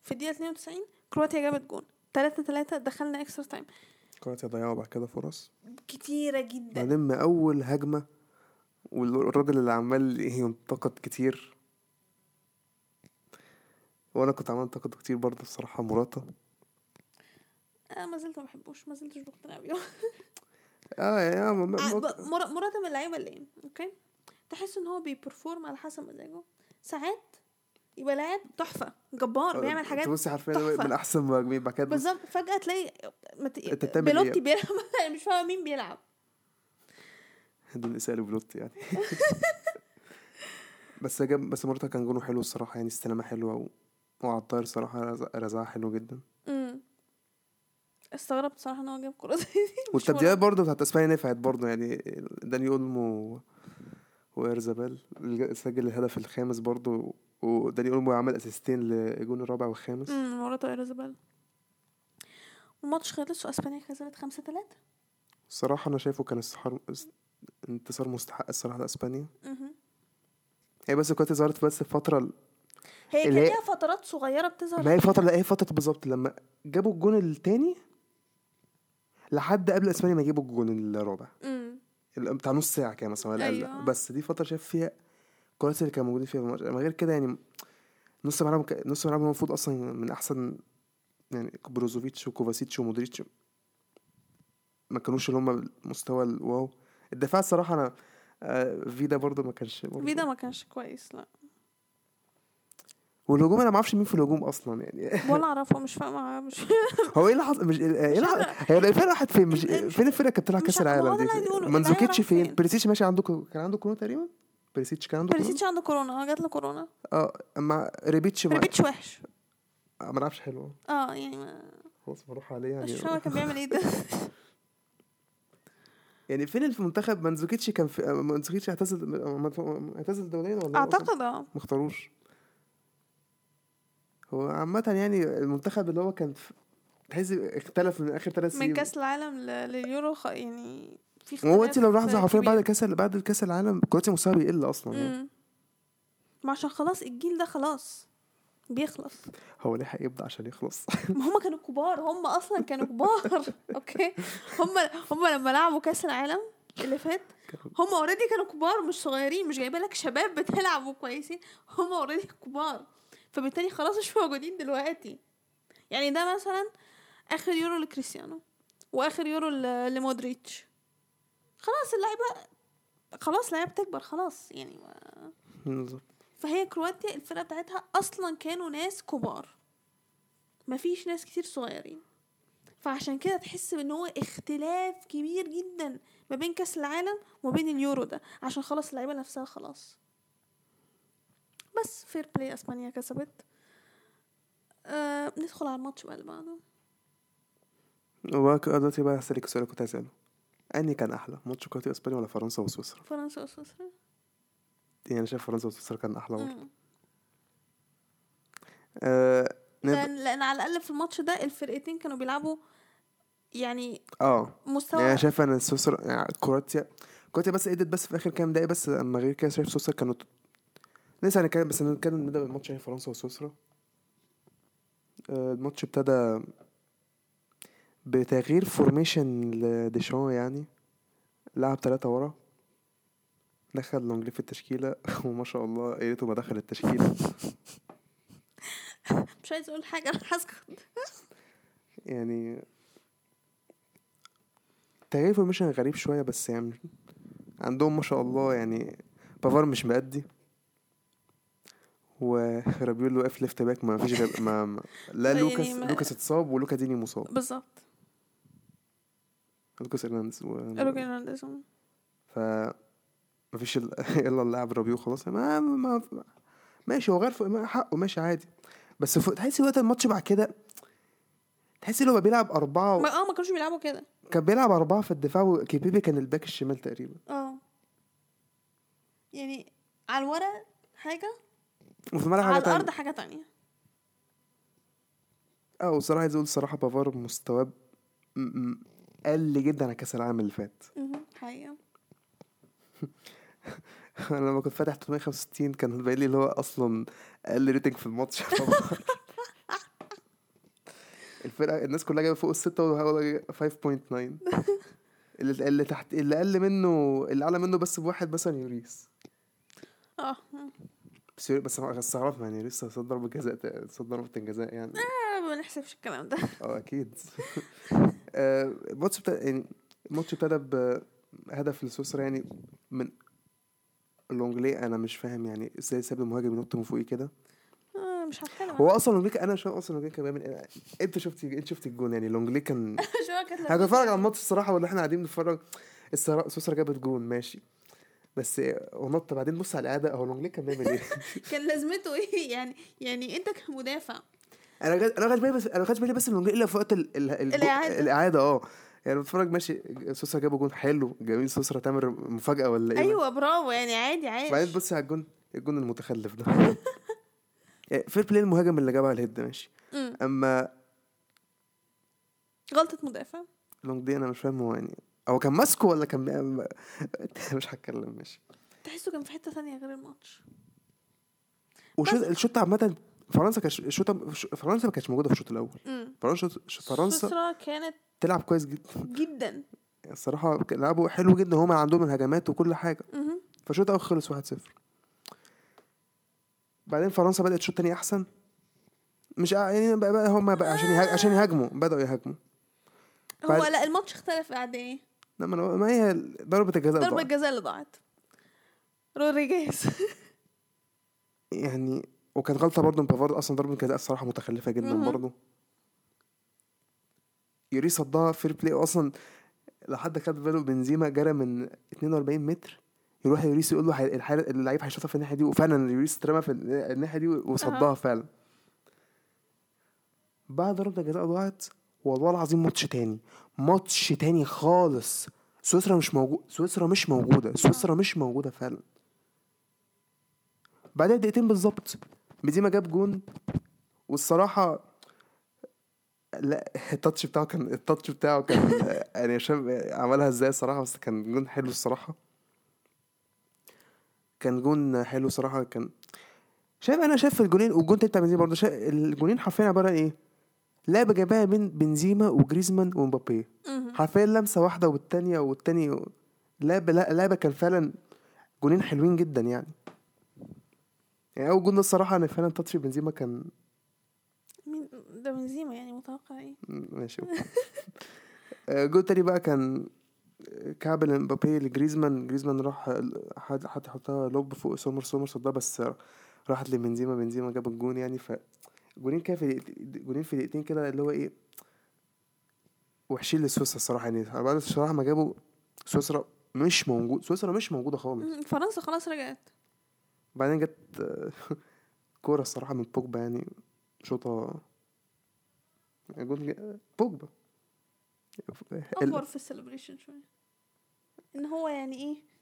Speaker 1: في الدقيقه 92 كرواتيا جابت جون 3 3 دخلنا اكسترا تايم
Speaker 2: كرواتيا ضيعوا بعد كده فرص
Speaker 1: كتيره جدا
Speaker 2: بعدين ما اول هجمه والراجل اللي عمال ينتقد كتير وانا كنت عمال انتقد كتير برضه الصراحه مراته
Speaker 1: انا آه، ما زلت ما بحبوش ما زلتش مقتنعه بيه
Speaker 2: اه يا ما ما-
Speaker 1: آه،
Speaker 2: ما-
Speaker 1: ب- مرا- مراد من اللعيبه اللي ايه اوكي تحس ان هو بيبرفورم على حسب مزاجه ساعات يبقى لاعب تحفه
Speaker 2: آه،
Speaker 1: جبار بيعمل حاجات
Speaker 2: تبصي حرفيا
Speaker 1: تحفة.
Speaker 2: من احسن مهاجمين بعد كده
Speaker 1: بالظبط فجاه تلاقي مت...
Speaker 2: أنت بتعمل إيه؟
Speaker 1: بيلوتي بيلعب <laughs> انا مش فاهمه مين بيلعب
Speaker 2: دول اساءة لبلوت يعني بس جاب بس مرتا كان جونه حلو الصراحة يعني استلامة حلوة و... وعطار صراحة رز- رزعها حلو جدا
Speaker 1: امم استغربت صراحه ان هو جاب كره زي دي مش
Speaker 2: والتبديلات برضه بتاعت اسبانيا نفعت برضه يعني داني اولمو و... وارزابال الج- سجل الهدف الخامس برضه وداني اولمو عمل اسيستين للجون الرابع والخامس
Speaker 1: مراد. امم مرات ايريزابال الماتش خلص واسبانيا خسرت 5 3
Speaker 2: الصراحة أنا شايفه كان استحار... است- انتصار مستحق الصراحة لأسبانيا هي بس كانت ظهرت بس الفترة ال-
Speaker 1: هي كان
Speaker 2: اللي هي-
Speaker 1: ليها فترات صغيره بتظهر
Speaker 2: ما هي فترة لا هي فترة بالظبط لما جابوا الجون التاني لحد قبل اسبانيا ما يجيبوا الجون الرابع
Speaker 1: امم
Speaker 2: ال- بتاع نص ساعة كده مثلا ولا أيوة.
Speaker 1: أيوة.
Speaker 2: بس دي فترة شاف فيها الكرات اللي كانوا موجودين فيها في الماتش أما غير كده يعني نص ملعب ك- نص ملعب هو المفروض اصلا من احسن يعني بروزوفيتش وكوفاسيتش ومودريتش ما كانوش اللي هم مستوى الواو الدفاع الصراحة انا آه، فيدا برضه ما كانش برضه.
Speaker 1: فيدا ما كانش كويس لا
Speaker 2: والهجوم انا ما اعرفش مين في الهجوم اصلا يعني
Speaker 1: ولا اعرفه مش فاهمه
Speaker 2: <laughs>
Speaker 1: مش
Speaker 2: هو ايه اللي حصل مش ايه اللي حصل- هي الفرقه راحت فين مش إيه،
Speaker 1: مش-
Speaker 2: فين الفرقه كانت بتلعب
Speaker 1: مش
Speaker 2: كاس
Speaker 1: عارفة، هو
Speaker 2: العالم
Speaker 1: ده اللي عايز يقوله،
Speaker 2: دي
Speaker 1: اللعيبة
Speaker 2: منزوكيتش
Speaker 1: راحت فين؟
Speaker 2: فين بريسيتش ماشي عنده كو- كان عنده كورونا تقريبا بريسيتش كان عنده كورونا
Speaker 1: بريسيتش عنده كورونا اه جات له كورونا
Speaker 2: اه اما ريبيتش ما
Speaker 1: ريبيتش وحش
Speaker 2: آه، ما لعبش حلو
Speaker 1: اه يعني ما
Speaker 2: خلاص بروح عليه يعني
Speaker 1: مش فاهمه كان بيعمل
Speaker 2: <laughs>
Speaker 1: ايه ده <laughs>
Speaker 2: يعني فين اللي في المنتخب منزوكيتش كان في آه، منزوكيتش اعتزل آه، اعتزل دوليا ولا هو أصلاً
Speaker 1: اعتقد اه
Speaker 2: ما اختاروش هو عامة يعني المنتخب اللي هو كان في- تحس اختلف من اخر ثلاث سنين
Speaker 1: من كاس العالم ل- لليورو خ... يعني في
Speaker 2: هو انت لو
Speaker 1: اختلاف
Speaker 2: لاحظه حرفيا بعد
Speaker 1: كبير.
Speaker 2: كاس بعد كاس العالم كرواتيا مستواها بيقل اصلا يعني.
Speaker 1: مم. ما عشان خلاص الجيل ده خلاص بيخلص
Speaker 2: هو ليه هيبدأ عشان يخلص <laughs>
Speaker 1: ما هم كانوا كبار هم اصلا كانوا كبار <laughs> اوكي هم هم لما لعبوا كاس العالم اللي فات هم اوريدي كانوا كبار مش صغيرين مش جايبه لك شباب بتلعب وكويسين هم اوريدي كبار فبالتالي خلاص مش موجودين دلوقتي يعني ده مثلا اخر يورو لكريستيانو واخر يورو ل- لمودريتش خلاص اللعيبه خلاص اللعيبه بتكبر خلاص يعني ما-
Speaker 2: بالظبط
Speaker 1: فهي كرواتيا الفرقه بتاعتها اصلا كانوا ناس كبار مفيش ناس كتير صغيرين فعشان كده تحس ان هو اختلاف كبير جدا ما بين كاس العالم وما بين اليورو ده عشان خلاص اللعيبه نفسها خلاص بس فير بلاي اسبانيا كسبت آه ندخل على الماتش بقى اللي بعده
Speaker 2: وبقى كده دلوقتي بقى هسألك السؤال اللي كنت هسأله أنهي كان أحلى ماتش كرواتيا وأسبانيا ولا فرنسا وسويسرا؟
Speaker 1: فرنسا وسويسرا
Speaker 2: يعني أنا شايف فرنسا وسويسرا كان أحلى برضه
Speaker 1: مم.
Speaker 2: آه نقدر-
Speaker 1: لان, لأن على الاقل في الماتش ده الفرقتين كانوا بيلعبوا يعني
Speaker 2: اه
Speaker 1: مستوى
Speaker 2: يعني انا شايف ان سويسرا يعني كرواتيا كرواتيا بس ادت بس في اخر كام دقيقه بس اما غير كده شايف سويسرا كانوا لسه هنتكلم بس هنتكلم نبدا بالماتش يعني فرنسا وسويسرا آه، الماتش ابتدى بتغيير فورميشن لديشان يعني لعب ثلاثة ورا دخل لونجلي في التشكيلة <laughs> وما شاء الله يا ريته ما دخل التشكيلة
Speaker 1: مش عايز اقول حاجه انا هسكت
Speaker 2: يعني تغيير فورميشن غريب شوية بس يعني عندهم ما شاء الله يعني بافار مش مأدي <laughs> ورابيول واقف ليفت باك ما فيش غير ما ما-
Speaker 1: <laughs>
Speaker 2: لا
Speaker 1: يعني
Speaker 2: لوكاس
Speaker 1: ما-
Speaker 2: لوكاس اتصاب ولوكا ديني مصاب
Speaker 1: بالظبط
Speaker 2: لوكاس ارنانديز و...
Speaker 1: روجر هرنانديز هو-
Speaker 2: ف ما فيش ال- <laughs> الا اللاعب رابيو خلاص ما... ما... ماشي هو غير فوق- ما حقه ماشي عادي بس فوق... تحس وقت الماتش بعد كده تحس ان هو بيلعب أربعة و...
Speaker 1: ما- اه ما كانوش بيلعبوا كده
Speaker 2: كان بيلعب أربعة في الدفاع وكيبيبي كان الباك الشمال تقريبا
Speaker 1: اه يعني على الورق حاجه
Speaker 2: وفي الملعب
Speaker 1: على
Speaker 2: حاجة تانية.
Speaker 1: الارض حاجه تانية
Speaker 2: اه وصراحة عايز اقول الصراحة بافار مستواه م- م- قل جدا على كأس العالم اللي فات <laughs>
Speaker 1: مهم. حقيقه
Speaker 2: انا لما كنت فاتح 365 كان باين لي اللي هو اصلا اقل ريتنج في الماتش <laughs> بافار. الفرقة الناس كلها جايبة فوق الستة وهو جايب 5.9 اللي اللي تحت اللي اقل منه اللي اعلى منه بس بواحد مثلا يوريس
Speaker 1: اه مم.
Speaker 2: بس يوري- بس أنا استغربت يعني يوريس صد ضربة جزاء صد ضربة جزاء يعني
Speaker 1: آه، ما بنحسبش الكلام <laughs> ده
Speaker 2: اه اكيد <laughs> آه، الماتش بتاع يعني الماتش ابتدى بهدف لسويسرا يعني من لونجلي انا مش فاهم يعني ازاي ساب المهاجم ينط من فوقيه كده
Speaker 1: آه، مش هتكلم
Speaker 2: هو
Speaker 1: <laughs>
Speaker 2: اصلا لونجلي انا شايف اصلا لونجلي كان بيعمل إيه؟ انت شفت انت شفت الجون يعني لونجلي كان
Speaker 1: مش هو كانت
Speaker 2: انا كنت
Speaker 1: لذيذة.
Speaker 2: بتفرج على الماتش الصراحه ولا احنا قاعدين بنتفرج الصرا- سويسرا جابت جون ماشي بس إيه، ونط بعدين بص على الاداء هو لونجلي كان بيعمل ايه
Speaker 1: كان لازمته <laughs> ايه يعني يعني انت كمدافع
Speaker 2: انا جا- انا ما خدتش بالي بس انا ما خدتش بالي بس من لونجلي الا في وقت ال- ال- الجو-
Speaker 1: الإعادة.
Speaker 2: الاعاده اه يعني بتفرج ماشي سوسه جابوا جون حلو جميل سوسه تامر مفاجاه ولا ايه
Speaker 1: ايوه برافو يعني عادي
Speaker 2: بعدين
Speaker 1: عادي
Speaker 2: تبص على الجون الجون المتخلف ده <laughs> يعني فير بلاي المهاجم اللي جابها الهيد ماشي
Speaker 1: مم.
Speaker 2: اما
Speaker 1: غلطه مدافع
Speaker 2: لونج دي انا مش فاهم هو يعني هو كان ماسكه ولا كان بيعمل- <laughs> مش هتكلم ماشي
Speaker 1: تحسه كان في حته ثانيه غير الماتش
Speaker 2: والشوط
Speaker 1: بس.
Speaker 2: الشوط عامه فرنسا كانت الشوط فرنسا ما كانتش موجوده في الشوط الاول
Speaker 1: مم.
Speaker 2: فرنسا فرنسا
Speaker 1: سويسرا كانت
Speaker 2: تلعب كويس جدا
Speaker 1: جدا
Speaker 2: الصراحه لعبوا حلو جدا هما عندهم الهجمات وكل حاجه
Speaker 1: مهم.
Speaker 2: فالشوط الاول خلص 1-0 بعدين فرنسا بدات شوط تاني احسن مش ع- يعني بقى, بقى هم بقى عشان يهاج... عشان يهاجموا بداوا يهاجموا
Speaker 1: هو
Speaker 2: بعد-
Speaker 1: لا الماتش اختلف بعد ايه
Speaker 2: لما أنا- ما هي ضربه الجزاء
Speaker 1: ضربه
Speaker 2: ضاعت.
Speaker 1: الجزاء اللي ضاعت رودريجيز
Speaker 2: يعني وكانت غلطه برضه من بافارد اصلا ضربه الجزاء الصراحه متخلفه جدا
Speaker 1: مهم.
Speaker 2: برضه يوري صدها فير بلاي اصلا لو حد خد باله بنزيما جرى من 42 متر يروح يوريس يقول له هي- الحارس- اللعيب هيشوطها في الناحيه دي وفعلا يوريس اترمى في النا- الناحيه دي وصدها
Speaker 1: أها.
Speaker 2: فعلا بعد ضربه الجزاء ضاعت والله العظيم ماتش تاني ماتش تاني خالص سويسرا مش موجوده سويسرا مش موجوده سويسرا مش موجوده فعلا بعدها بدقيقتين بالظبط بنزيما جاب جون والصراحه لا التاتش بتاعه كان التاتش بتاعه كان يعني مش فاهم عملها ازاي الصراحه بس كان جون حلو الصراحه كان جون حلو صراحه كان شايف انا شايف الجونين والجون التاني بتاع بنزيما برضه شايف الجونين حرفيا عباره عن ايه لعبه جايبها بين بنزيما وجريزمان ومبابي
Speaker 1: مهم.
Speaker 2: حرفيا لمسه واحده والتانيه والتاني لعبه لا لعبه كان فعلا جونين حلوين جدا يعني يعني اول جون ده الصراحه انا فعلا تاتش بنزيما كان
Speaker 1: مين ده بنزيما يعني متوقع ايه
Speaker 2: ماشي أوكي. آه، الجول التاني بقى كان كعب لمبابي لجريزمان جريزمان راح حد حد حطها لوب فوق سومر سومر صدها بس راحت لبنزيما بنزيما جاب الجون يعني ف جونين كده في دقيقت- جونين في دقيقتين كده اللي هو ايه وحشين لسويسرا الصراحه يعني بعد الصراحه ما جابوا سويسرا مش موجود سويسرا مش موجوده خالص
Speaker 1: مم. فرنسا خلاص رجعت
Speaker 2: بعدين جت <laughs> آه، كورة الصراحة من بوجبا يعني شوطة جون جا- بوجبا ال-
Speaker 1: افور في السليبريشن شويه ان هو يعني ايه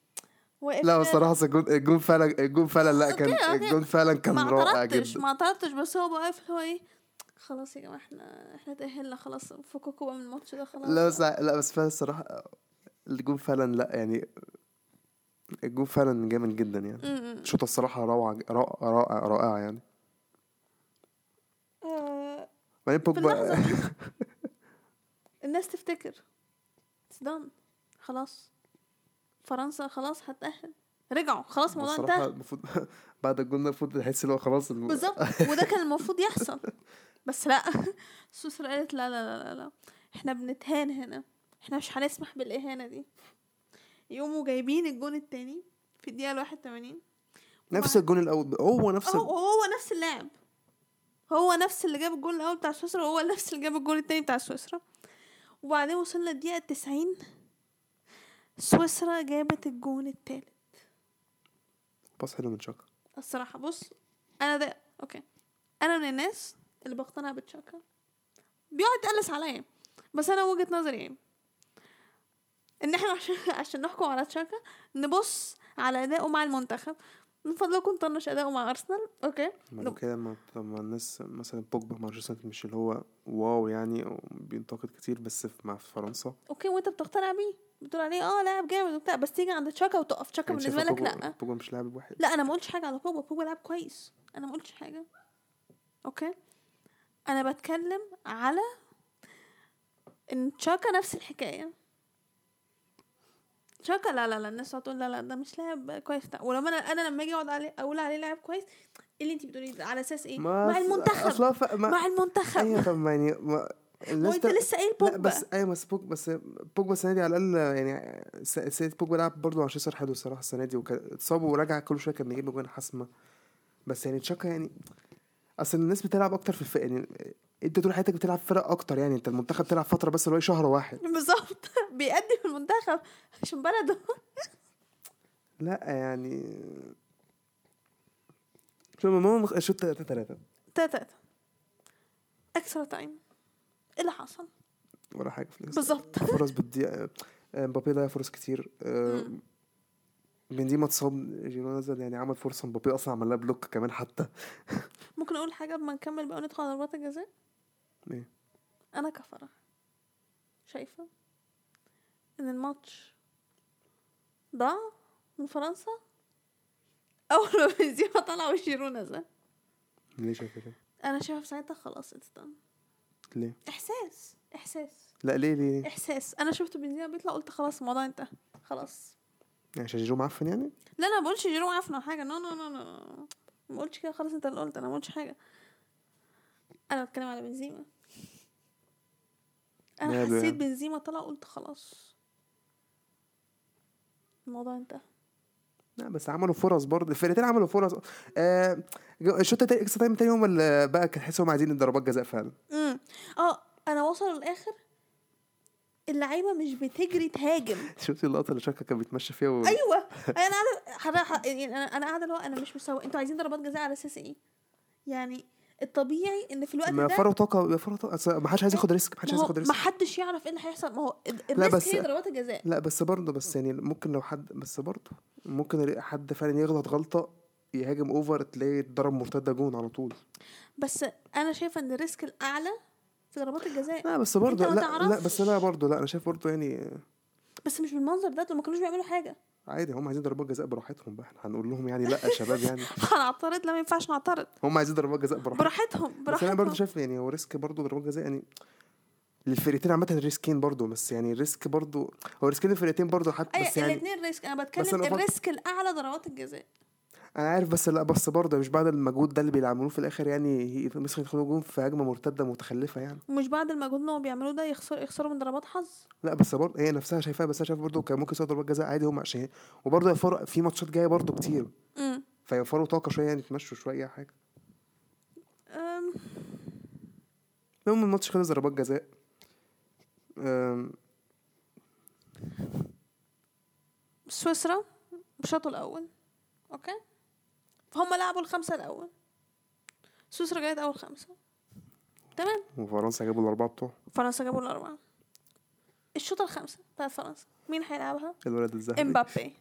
Speaker 1: واقف
Speaker 2: لا
Speaker 1: كده.
Speaker 2: الصراحة الجون الجون فعلا الجون فعلا لا
Speaker 1: أوكي،
Speaker 2: كان
Speaker 1: أوكي.
Speaker 2: الجون فعلا كان
Speaker 1: ما
Speaker 2: رائع
Speaker 1: اعترضتش
Speaker 2: جدا
Speaker 1: ما اعترضتش بس هو بقى واقف اللي هو ايه خلاص يا جماعه احنا احنا تأهلنا خلاص فككوا بقى من الماتش ده خلاص
Speaker 2: لا بس لا بس فعلا الصراحة الجون فعلا لا يعني الجون فعلا جامد جدا يعني
Speaker 1: أمم.
Speaker 2: الشوطة الصراحة روعة رائعة رائعة رائعة يعني
Speaker 1: آه،
Speaker 2: وبعدين
Speaker 1: في
Speaker 2: بوجبا <laughs>
Speaker 1: اللحظة دي الناس تفتكر اتس دان خلاص فرنسا خلاص هتأهل رجعوا خلاص الموضوع
Speaker 2: الصراحة
Speaker 1: انتهى
Speaker 2: المفروض <laughs> بعد الجون ده المفروض تحس اللي هو خلاص الم-
Speaker 1: بالظبط وده كان المفروض يحصل بس لا <laughs> سويسرا قالت لا لا لا لا لا احنا بنتهان هنا احنا مش هنسمح بالإهانة دي يقوموا جايبين الجون التاني في الدقيقة الواحد وتمانين
Speaker 2: نفس الجون الأول هو نفس
Speaker 1: هو هو نفس اللاعب هو نفس اللي جاب الجول الاول بتاع سويسرا وهو نفس اللي جاب الجول التاني بتاع سويسرا وبعدين وصلنا الدقيقة التسعين سويسرا جابت الجون التالت
Speaker 2: باص حلو من شاكا
Speaker 1: الصراحة بص انا ده اوكي انا من الناس اللي بقتنع بتشاكا بيقعد يتقلس عليا بس انا وجهة نظري ايه ان احنا عشان <laughs> عشان نحكم على تشاكا نبص على اداؤه مع المنتخب من فضلكم طنش اداؤه مع ارسنال اوكي نو.
Speaker 2: ما لو كده ما طب ما الناس مثلا بوجبا مع مانشستر يونايتد مش اللي هو واو يعني أو بينتقد كتير بس في- مع فرنسا
Speaker 1: اوكي وانت بتقتنع بيه بتقول عليه اه لاعب جامد وبتاع بس تيجي عند تشاكا وتقف تشاكا
Speaker 2: يعني
Speaker 1: بالنسبه
Speaker 2: شايفة
Speaker 1: لك
Speaker 2: بوجبا-
Speaker 1: لا
Speaker 2: بوجبا مش لاعب واحد
Speaker 1: لا انا ما قلتش حاجه على بوجبا بوجبا لعب كويس انا ما قلتش حاجه اوكي انا بتكلم على ان تشاكا نفس الحكايه تشاكا لا لا لا الناس هتقول لا لا ده مش لاعب كويس بتاع ولما انا انا لما اجي اقعد عليه اقول عليه لاعب كويس إيه اللي انت بتقولي ده؟ على اساس ايه
Speaker 2: ما
Speaker 1: مع
Speaker 2: أصل-
Speaker 1: المنتخب
Speaker 2: أصلا ف... ما...
Speaker 1: مع المنتخب
Speaker 2: ايوه طب ما يعني ما
Speaker 1: ما
Speaker 2: الناس
Speaker 1: انت
Speaker 2: ده-
Speaker 1: لسه قايل
Speaker 2: لا
Speaker 1: بوجبا
Speaker 2: بس ايوه بس بوجبا بس بوجبا السنه دي على الاقل يعني س- سيد بوجبا لعب برضه مع مانشستر حلو الصراحه السنه دي وكان اتصاب ورجع كل شويه كان بيجيب جوان حاسمه بس يعني تشاكا يعني اصل الناس بتلعب اكتر في الفرق يعني انت طول حياتك بتلعب فرق اكتر يعني انت المنتخب بتلعب فتره بس اللي هو شهر واحد
Speaker 1: <laughs> بالظبط <laughs> بيأدي في المنتخب عشان بلده <laughs>
Speaker 2: لا يعني شو ماما شوت 3 3
Speaker 1: تاتا اكسترا تايم ايه اللي حصل
Speaker 2: ولا حاجه في الإكسترا.
Speaker 1: بالظبط
Speaker 2: فرص بتضيع آه، مبابي ضيع فرص كتير آه،
Speaker 1: مم.
Speaker 2: بنزيما اتصاب جيرو نزل يعني عمل فرصه مبابي اصلا عمل لها بلوك كمان حتى
Speaker 1: <laughs> ممكن اقول حاجه قبل ما نكمل بقى وندخل على ضربات الجزاء
Speaker 2: إيه؟
Speaker 1: انا كفرح شايفه ان الماتش ضاع من فرنسا <laughs> اول ما بنزيما طلع وشيرو نزل
Speaker 2: ليه شايف كده؟
Speaker 1: انا شايفه في ساعتها خلاص اتس done.
Speaker 2: ليه؟
Speaker 1: احساس احساس
Speaker 2: لا ليه ليه؟
Speaker 1: احساس انا شفت بنزيما بيطلع قلت خلاص الموضوع انتهى خلاص
Speaker 2: يعني عشان جيرو معفن يعني؟
Speaker 1: لا انا ما بقولش جيرو عفن ولا حاجه نو نو نو نو نو. ما بقولش كده خلاص انت اللي قلت انا ما قلتش حاجه انا بتكلم على بنزيما انا
Speaker 2: ماله
Speaker 1: حسيت
Speaker 2: يعني؟
Speaker 1: بنزيما طلع قلت خلاص الموضوع انتهى
Speaker 2: لا بس عملوا فرص برضه الفرقتين عملوا فرص آه جو- الشوط التاني اكسترا تايم تاني هم اللي بقى كان تحسهم عايزين ضربات جزاء فعلا
Speaker 1: امم اه انا وصل للاخر اللعيبه مش بتجري تهاجم
Speaker 2: شفتي اللقطه اللي شاكا كان بيتمشى فيها و... <laughs>
Speaker 1: ايوه انا قاعده حر- حر- يعني انا انا قاعده اللي هو انا مش مسوي انتوا عايزين ضربات جزاء على اساس ايه يعني الطبيعي ان في الوقت
Speaker 2: ما
Speaker 1: ده
Speaker 2: فروا طاقه بيوفروا طاقه أصل ما حدش عايز ياخد ريسك ما حدش
Speaker 1: ما
Speaker 2: عايز
Speaker 1: هو
Speaker 2: ياخد
Speaker 1: ما
Speaker 2: ريسك
Speaker 1: حدش يعرف ايه اللي هيحصل ما هو ال- الريسك
Speaker 2: بس-
Speaker 1: هي ضربات الجزاء
Speaker 2: لا بس برضه بس يعني ممكن لو حد بس برضه ممكن حد فعلا يغلط غلطه يهاجم اوفر تلاقيه اتضرب مرتده جون على طول
Speaker 1: بس انا شايفه ان الريسك الاعلى في ضربات الجزاء
Speaker 2: لا بس برضه
Speaker 1: ما
Speaker 2: لا لا
Speaker 1: تعرفش.
Speaker 2: بس لا برضه لا انا شايف برضه يعني
Speaker 1: بس مش بالمنظر ده دول ما كانوش بيعملوا <laughs> حاجه
Speaker 2: عادي هم عايزين ضربات جزاء براحتهم بقى احنا هنقول لهم يعني لا يا شباب يعني
Speaker 1: هنعترض لا ما ينفعش نعترض
Speaker 2: هم عايزين ضربات جزاء براحتهم
Speaker 1: براحتهم
Speaker 2: بس انا
Speaker 1: براحتهم
Speaker 2: برضه شايف يعني هو ريسك برضه ضربات جزاء يعني للفرقتين عامه ريسكين برضه بس يعني الريسك برضه هو ريسكين الفرقتين برضه حتى
Speaker 1: اي
Speaker 2: بس يعني
Speaker 1: الاثنين ريسك انا
Speaker 2: بس
Speaker 1: بتكلم
Speaker 2: أنا بفكر-
Speaker 1: الريسك الاعلى ضربات الجزاء
Speaker 2: انا عارف بس لا بس برضه مش بعد المجهود ده اللي بيعملوه في الاخر يعني مصر يدخلوا جون في هجمه مرتده متخلفه يعني
Speaker 1: ومش بعد المجهود اللي هم بيعملوه ده يخسر يخسروا من ضربات حظ
Speaker 2: لا بس برضه هي نفسها شايفاها بس انا شايف برضه كان ممكن يصير ضربات جزاء عادي هم عشان إيه؟ وبرضه فرق في ماتشات جايه برضه كتير
Speaker 1: امم
Speaker 2: فيوفروا طاقه شويه يعني يتمشوا شويه حاجه
Speaker 1: أم،
Speaker 2: المهم الماتش خلص ضربات جزاء أم،
Speaker 1: سويسرا بشاطوا الاول اوكي فهم لعبوا الخمسه الاول سويسرا جابت اول خمسه تمام
Speaker 2: وفرنسا جابوا الاربعه بتوعهم
Speaker 1: فرنسا جابوا الأربعة الشوط الخامسة بتاعت فرنسا مين هيلعبها؟
Speaker 2: الولد الذهبي
Speaker 1: امبابي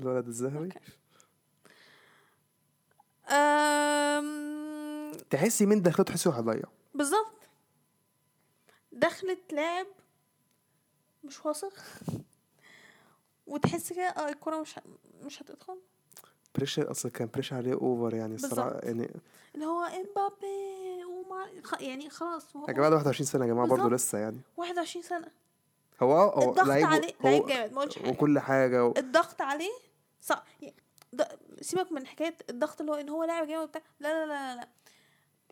Speaker 2: الولد الذهبي
Speaker 1: أوكي. أم...
Speaker 2: تحسي مين دخلته تحسي هو هيضيع
Speaker 1: بالظبط دخلت لاعب مش واثق وتحس كده اه الكرة مش ه- مش هتدخل
Speaker 2: بريشر اصلا كان بريشر عليه اوفر يعني الصراحه
Speaker 1: بالظبط.
Speaker 2: يعني
Speaker 1: اللي هو امبابي وما خ- يعني خلاص هو
Speaker 2: يا جماعه ده 21 سنه يا جماعه برضه
Speaker 1: بالظبط.
Speaker 2: لسه يعني
Speaker 1: 21 سنة
Speaker 2: هو اه هو
Speaker 1: الضغط
Speaker 2: لعيب
Speaker 1: عليه لعيب جامد ما قلتش حاجة
Speaker 2: وكل حاجه و...
Speaker 1: الضغط عليه صعب يعني ده- سيبك من حكاية الضغط اللي هو ان هو لاعب جامد وبتاع لا لا لا لا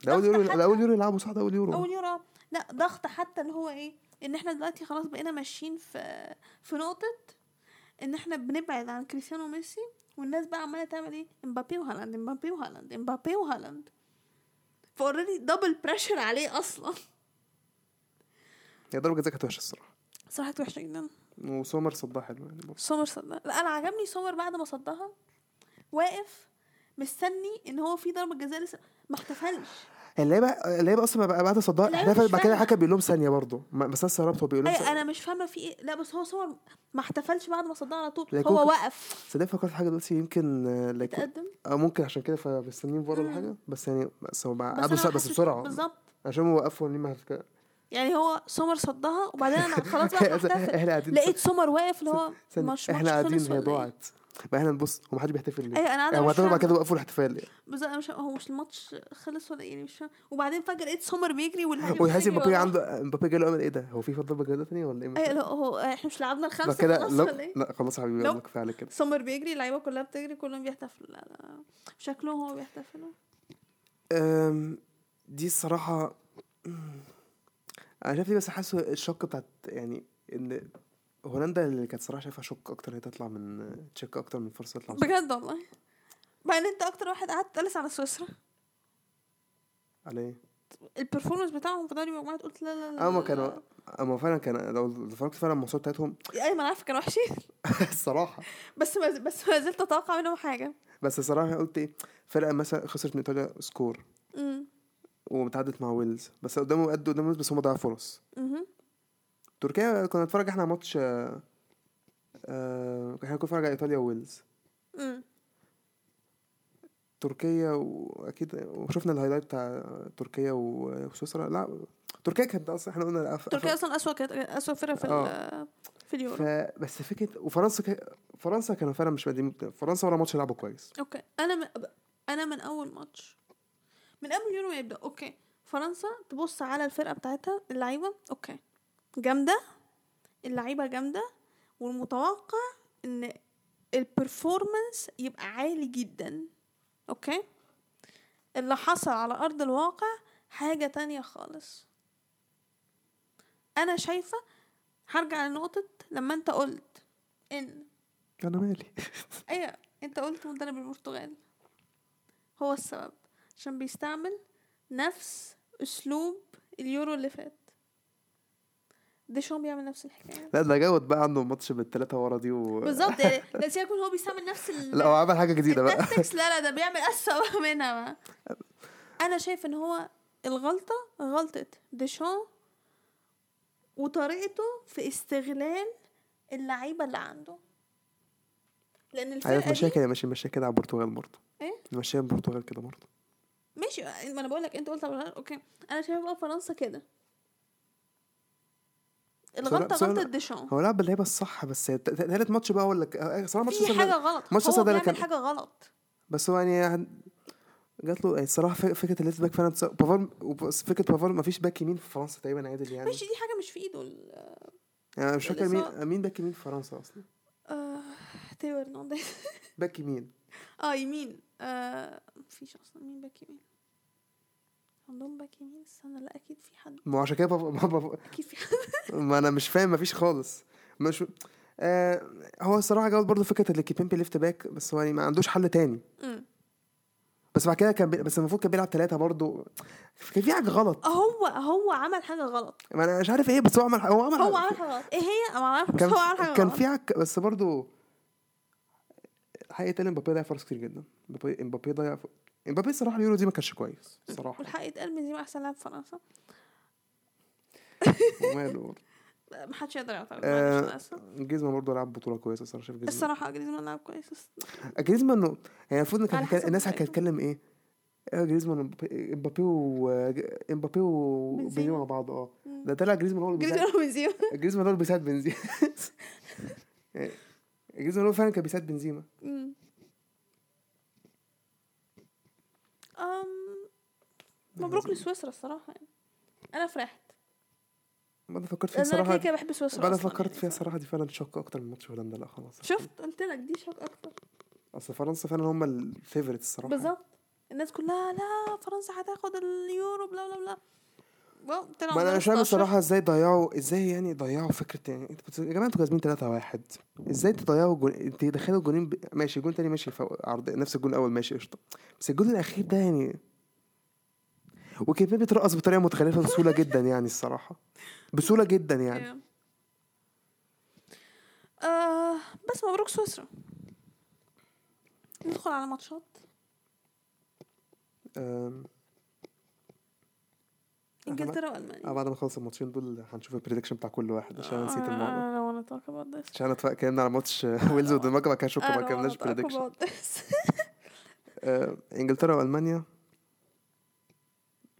Speaker 2: ده اول
Speaker 1: ضغط
Speaker 2: يورو
Speaker 1: حتى-
Speaker 2: ده اول يورو يلعبه صح ده اول يورو
Speaker 1: لا اول يورو لا ضغط حتى اللي هو ايه ان احنا دلوقتي خلاص بقينا ماشيين في في نقطة ان احنا بنبعد عن كريستيانو وميسي والناس بقى عمالة تعمل ايه امبابي وهالاند امبابي وهالاند امبابي وهالاند فاوريدي دبل بريشر عليه اصلا
Speaker 2: هي ضربه جزاء كانت وحشه الصراحه
Speaker 1: <laughs> صراحة كانت وحشة جدا
Speaker 2: وسومر صدها حلو يعني برضه.
Speaker 1: سومر صدها لا انا عجبني سومر بعد ما صدها واقف مستني ان هو في ضربة جزاء لسه ما احتفلش
Speaker 2: اللعيبه اللعيبه اصلا بقى بعد صدها
Speaker 1: اللعيبة
Speaker 2: احنا
Speaker 1: مش
Speaker 2: بعد كده
Speaker 1: فاهمة.
Speaker 2: الحكم بيقول لهم ثانيه برضه ما- بس انا استغربت هو بيقول لهم
Speaker 1: اي
Speaker 2: ثانية.
Speaker 1: انا مش فاهمة في ايه لا بس هو سومر ما احتفلش بعد ما صدها على طول
Speaker 2: لكن
Speaker 1: هو
Speaker 2: كنت-
Speaker 1: وقف
Speaker 2: صدق فكرت في حاجه دلوقتي يمكن آه، لكن
Speaker 1: تقدم
Speaker 2: اه ممكن عشان كده فمستنيين بره ولا
Speaker 1: أه. مم.
Speaker 2: حاجه بس يعني بس هو
Speaker 1: بس
Speaker 2: قعدوا
Speaker 1: أنا
Speaker 2: ساعة- بس
Speaker 1: حسيت-
Speaker 2: بسرعه
Speaker 1: بالظبط
Speaker 2: عشان هم وقفوا ليه ما هتك-
Speaker 1: يعني هو سمر صدها وبعدين انا خلاص
Speaker 2: <laughs>
Speaker 1: بقى هحتفل
Speaker 2: احنا قاعدين
Speaker 1: لقيت سمر واقف اللي هو
Speaker 2: <laughs> ثانية،
Speaker 1: مش
Speaker 2: احنا قاعدين هي
Speaker 1: ضاعت
Speaker 2: ضاعت ما احنا نبص هو محدش بيحتفل ليه؟
Speaker 1: ايوه انا قاعده
Speaker 2: هو
Speaker 1: مش
Speaker 2: هتفضل بعد كده
Speaker 1: فاهمه
Speaker 2: وقفوا الاحتفال يعني.
Speaker 1: بالظبط أنا مش هو مش الماتش خلص ولا إيه؟ يعني مش فاهم وبعدين فجاه لقيت سمر بيجري والهاجم
Speaker 2: ويحس
Speaker 1: بيجري
Speaker 2: مبابي
Speaker 1: وراه.
Speaker 2: عنده مبابي جاله عمل ايه ده؟ هو في ضربه جزاء ثانيه ولا ايه؟
Speaker 1: ايوه لا هو احنا مش لعبنا
Speaker 2: بعد
Speaker 1: الخمسه
Speaker 2: كده
Speaker 1: خلاص
Speaker 2: لا-
Speaker 1: ولا ايه
Speaker 2: لا خلاص يا حبيبي
Speaker 1: لا.
Speaker 2: يلا كفايه على كده
Speaker 1: سمر بيجري اللعيبه كلها بتجري كلهم بيحتفلوا لا لا شكلهم هو بيحتفلوا
Speaker 2: أم، دي الصراحة مم. أنا شايف دي بس حاسه الشق بتاعت يعني إن هولندا اللي كانت صراحة شايفها شق أكتر إن هي تطلع من تشيك أكتر من فرصة تطلع من
Speaker 1: بجد والله بعدين انت اكتر واحد قعدت تقلس على سويسرا
Speaker 2: على إيه؟
Speaker 1: البرفورمانس بتاعهم في دوري المجموعات قلت لا لا لا
Speaker 2: أما
Speaker 1: لا،
Speaker 2: كانوا
Speaker 1: لا.
Speaker 2: أما فعلا كان لو لو اتفرجت فعلا على الماتشات بتاعتهم <laughs>
Speaker 1: ايوه ما انا عارفه كانوا وحشين
Speaker 2: الصراحة
Speaker 1: بس ما بس ما زلت اتوقع منهم حاجه
Speaker 2: بس الصراحة قلت إيه فرقة مثلا خسرت من إيطاليا سكور
Speaker 1: امم
Speaker 2: وتعادلت مع ويلز بس قدامهم قد قدام ويلز بس هم ضيعوا فرص
Speaker 1: امم
Speaker 2: تركيا كنا نتفرج إحنا على ماتش آه، آه، إحنا كنا بنتفرج على إيطاليا وويلز
Speaker 1: امم
Speaker 2: تركيا واكيد وشفنا الهايلايت بتاع تركيا و- وسويسرا لا تركيا كانت اصلا احنا قلنا لا، ف-
Speaker 1: تركيا اصلا اسوأ كانت اسوأ فرقه في ال- في
Speaker 2: ف...
Speaker 1: اليورو
Speaker 2: فبس فكره وفرنسا ك... فرنسا كانوا فعلا مش مقدمين فرنسا ولا ماتش لعبوا كويس
Speaker 1: اوكي انا من انا من اول ماتش من قبل اليورو ما يبدا اوكي فرنسا تبص على الفرقه بتاعتها اللعيبه اوكي جامده اللعيبه جامده والمتوقع ان البرفورمانس يبقى عالي جدا اوكي اللي حصل على ارض الواقع حاجه تانية خالص انا شايفه هرجع لنقطه لما انت قلت ان
Speaker 2: انا مالي
Speaker 1: ايوه انت قلت مدرب البرتغال هو السبب عشان بيستعمل نفس اسلوب اليورو اللي فات ديشون بيعمل نفس الحكايه
Speaker 2: <laughs> لا ده جود بقى عنده ماتش بالثلاثه ورا دي و...
Speaker 1: بالظبط يعني لا سيبك من هو بيستعمل نفس ال
Speaker 2: <laughs> لا هو عمل حاجه جديده <laughs> بقى
Speaker 1: التاكتكس لا لا ده بيعمل اسوء <laughs> منها بقى انا شايف ان هو الغلطه غلطه ديشون وطريقته في استغلال اللعيبه اللي عنده لان
Speaker 2: عارف
Speaker 1: الفرقه دي
Speaker 2: مشاكل ماشي مشاكل كده على البرتغال برضه
Speaker 1: إيه؟
Speaker 2: مشاكل البرتغال كده برضه
Speaker 1: ماشي ما انا بقول لك انت قلت على البرتغال، اوكي انا شايفه بقى فرنسا كده الغلطه
Speaker 2: بس أنا-
Speaker 1: غلطه ديشان
Speaker 2: هو لعب اللعيبه الصح بس ت- ت- تالت ماتش بقى ولا صراحه آه، ماتش
Speaker 1: في
Speaker 2: أصلاً-
Speaker 1: حاجه غلط
Speaker 2: ماتش
Speaker 1: هو
Speaker 2: أصلاً ده
Speaker 1: بيعمل
Speaker 2: أنا كان-
Speaker 1: حاجه غلط
Speaker 2: بس هو يعني هن- جات له يعني الصراحه فك- فكره الليفت باك فعلا تس- بافار وب- فكره بافار ما فيش باك يمين في فرنسا تقريبا عادل يعني
Speaker 1: ماشي دي حاجه مش في ايده ال-
Speaker 2: يعني أنا مش فاكر
Speaker 1: الإصابة.
Speaker 2: مين مين باك يمين في فرنسا اصلا
Speaker 1: آه... تيو هرنانديز <laughs>
Speaker 2: باك يمين
Speaker 1: اه يمين آه... مفيش اصلا مين باك يمين عندهم باك يمين استنى لا اكيد في حد
Speaker 2: ما هو عشان كده بافار- <laughs> ما, بافار-
Speaker 1: اكيد في حد <laughs>
Speaker 2: ما انا مش فاهم ما فيش خالص مش آه هو الصراحه جاوب برضه فكره اللي كيبيمبي ليفت باك بس هو يعني ما عندوش حل تاني
Speaker 1: مم.
Speaker 2: بس بعد كده كان بي... بس المفروض كان بيلعب ثلاثه برضه كان في حاجه غلط
Speaker 1: هو هو عمل حاجه غلط
Speaker 2: ما انا مش عارف ايه بس هو عمل هو عمل
Speaker 1: هو عمل حاجه غلط ايه هي انا ما اعرفش بس
Speaker 2: كان
Speaker 1: هو عمل حاجه
Speaker 2: كان
Speaker 1: غلط
Speaker 2: في عك... بس برضه الحقيقه تاني امبابي ضيع فرص كتير جدا امبابي امبابي ضيع ف- امبابي الصراحه اليورو دي ما كانش كويس الصراحه
Speaker 1: والحق يتقال بنزيما احسن لاعب في فرنسا
Speaker 2: وماله برضه.
Speaker 1: لا، محدش يقدر يعترض
Speaker 2: آه،
Speaker 1: معلش انا اسف
Speaker 2: جريزمان برضه لعب بطوله كويسه الصراحه شايف جريزمان
Speaker 1: الصراحة جريزمان لعب كويس
Speaker 2: جريزمان انه يعني المفروض ان كان
Speaker 1: على حسب
Speaker 2: الناس
Speaker 1: متابعته.
Speaker 2: هتتكلم ايه آه، جريزمان امبابي وامبابي وبنزيما مع بعض اه
Speaker 1: مم.
Speaker 2: ده طلع جريزمان هو اللي بيساعد
Speaker 1: جريزمان <laughs> بنزيما
Speaker 2: جريزمان هو اللي بيساعد بنزيما <laughs> يعني جريزمان هو فعلا كان بيساعد بنزيما
Speaker 1: مم. أم مبروك لسويسرا الصراحة يعني أنا فرحت
Speaker 2: ما انا فكرت فيها
Speaker 1: لأن أنا كده
Speaker 2: الصراحه
Speaker 1: كده بحب سويسرا
Speaker 2: انا
Speaker 1: أصلاً
Speaker 2: فكرت
Speaker 1: يعني.
Speaker 2: فيها الصراحه دي فعلا شوك اكتر من ماتش هولندا لا خلاص
Speaker 1: شفت قلت لك دي شوك أكتر
Speaker 2: اصل فرنسا فعلا هم الفيفوريت الصراحه
Speaker 1: بالظبط الناس كلها لا فرنسا هتاخد اليورو بلا بلا بلا واو، طلعوا
Speaker 2: ما
Speaker 1: عندنا
Speaker 2: انا يعني مش فاهم
Speaker 1: 16.
Speaker 2: الصراحه ازاي ضيعوا ازاي يعني ضيعوا فكره يعني انتوا كنتوا- يا جماعه انتوا كاسبين 3 1 ازاي تضيعوا جون تدخلوا جونين ب... ماشي جون تاني ماشي فوق عرض نفس الجون الاول ماشي قشطه بس الجون الاخير ده يعني وكيفيه بيترقص بطريقه متخلفه بسهوله جدا يعني الصراحه بسهوله جدا
Speaker 1: <laughs>
Speaker 2: يعني
Speaker 1: Yeah. آه بس مبروك سويسرا ندخل على ماتشات
Speaker 2: أم...
Speaker 1: انجلترا
Speaker 2: آه،
Speaker 1: والمانيا
Speaker 2: بعد ما نخلص الماتشين دول هنشوف البريدكشن بتاع كل واحد عشان انا نسيت
Speaker 1: I-
Speaker 2: الموضوع
Speaker 1: I don't wanna talk about this.
Speaker 2: عشان انا اتكلمنا على ماتش ويلز والدنمارك ما كانش
Speaker 1: I
Speaker 2: ما
Speaker 1: don't
Speaker 2: كملناش
Speaker 1: wanna talk
Speaker 2: بريدكشن
Speaker 1: about this. <laughs>
Speaker 2: آه، انجلترا والمانيا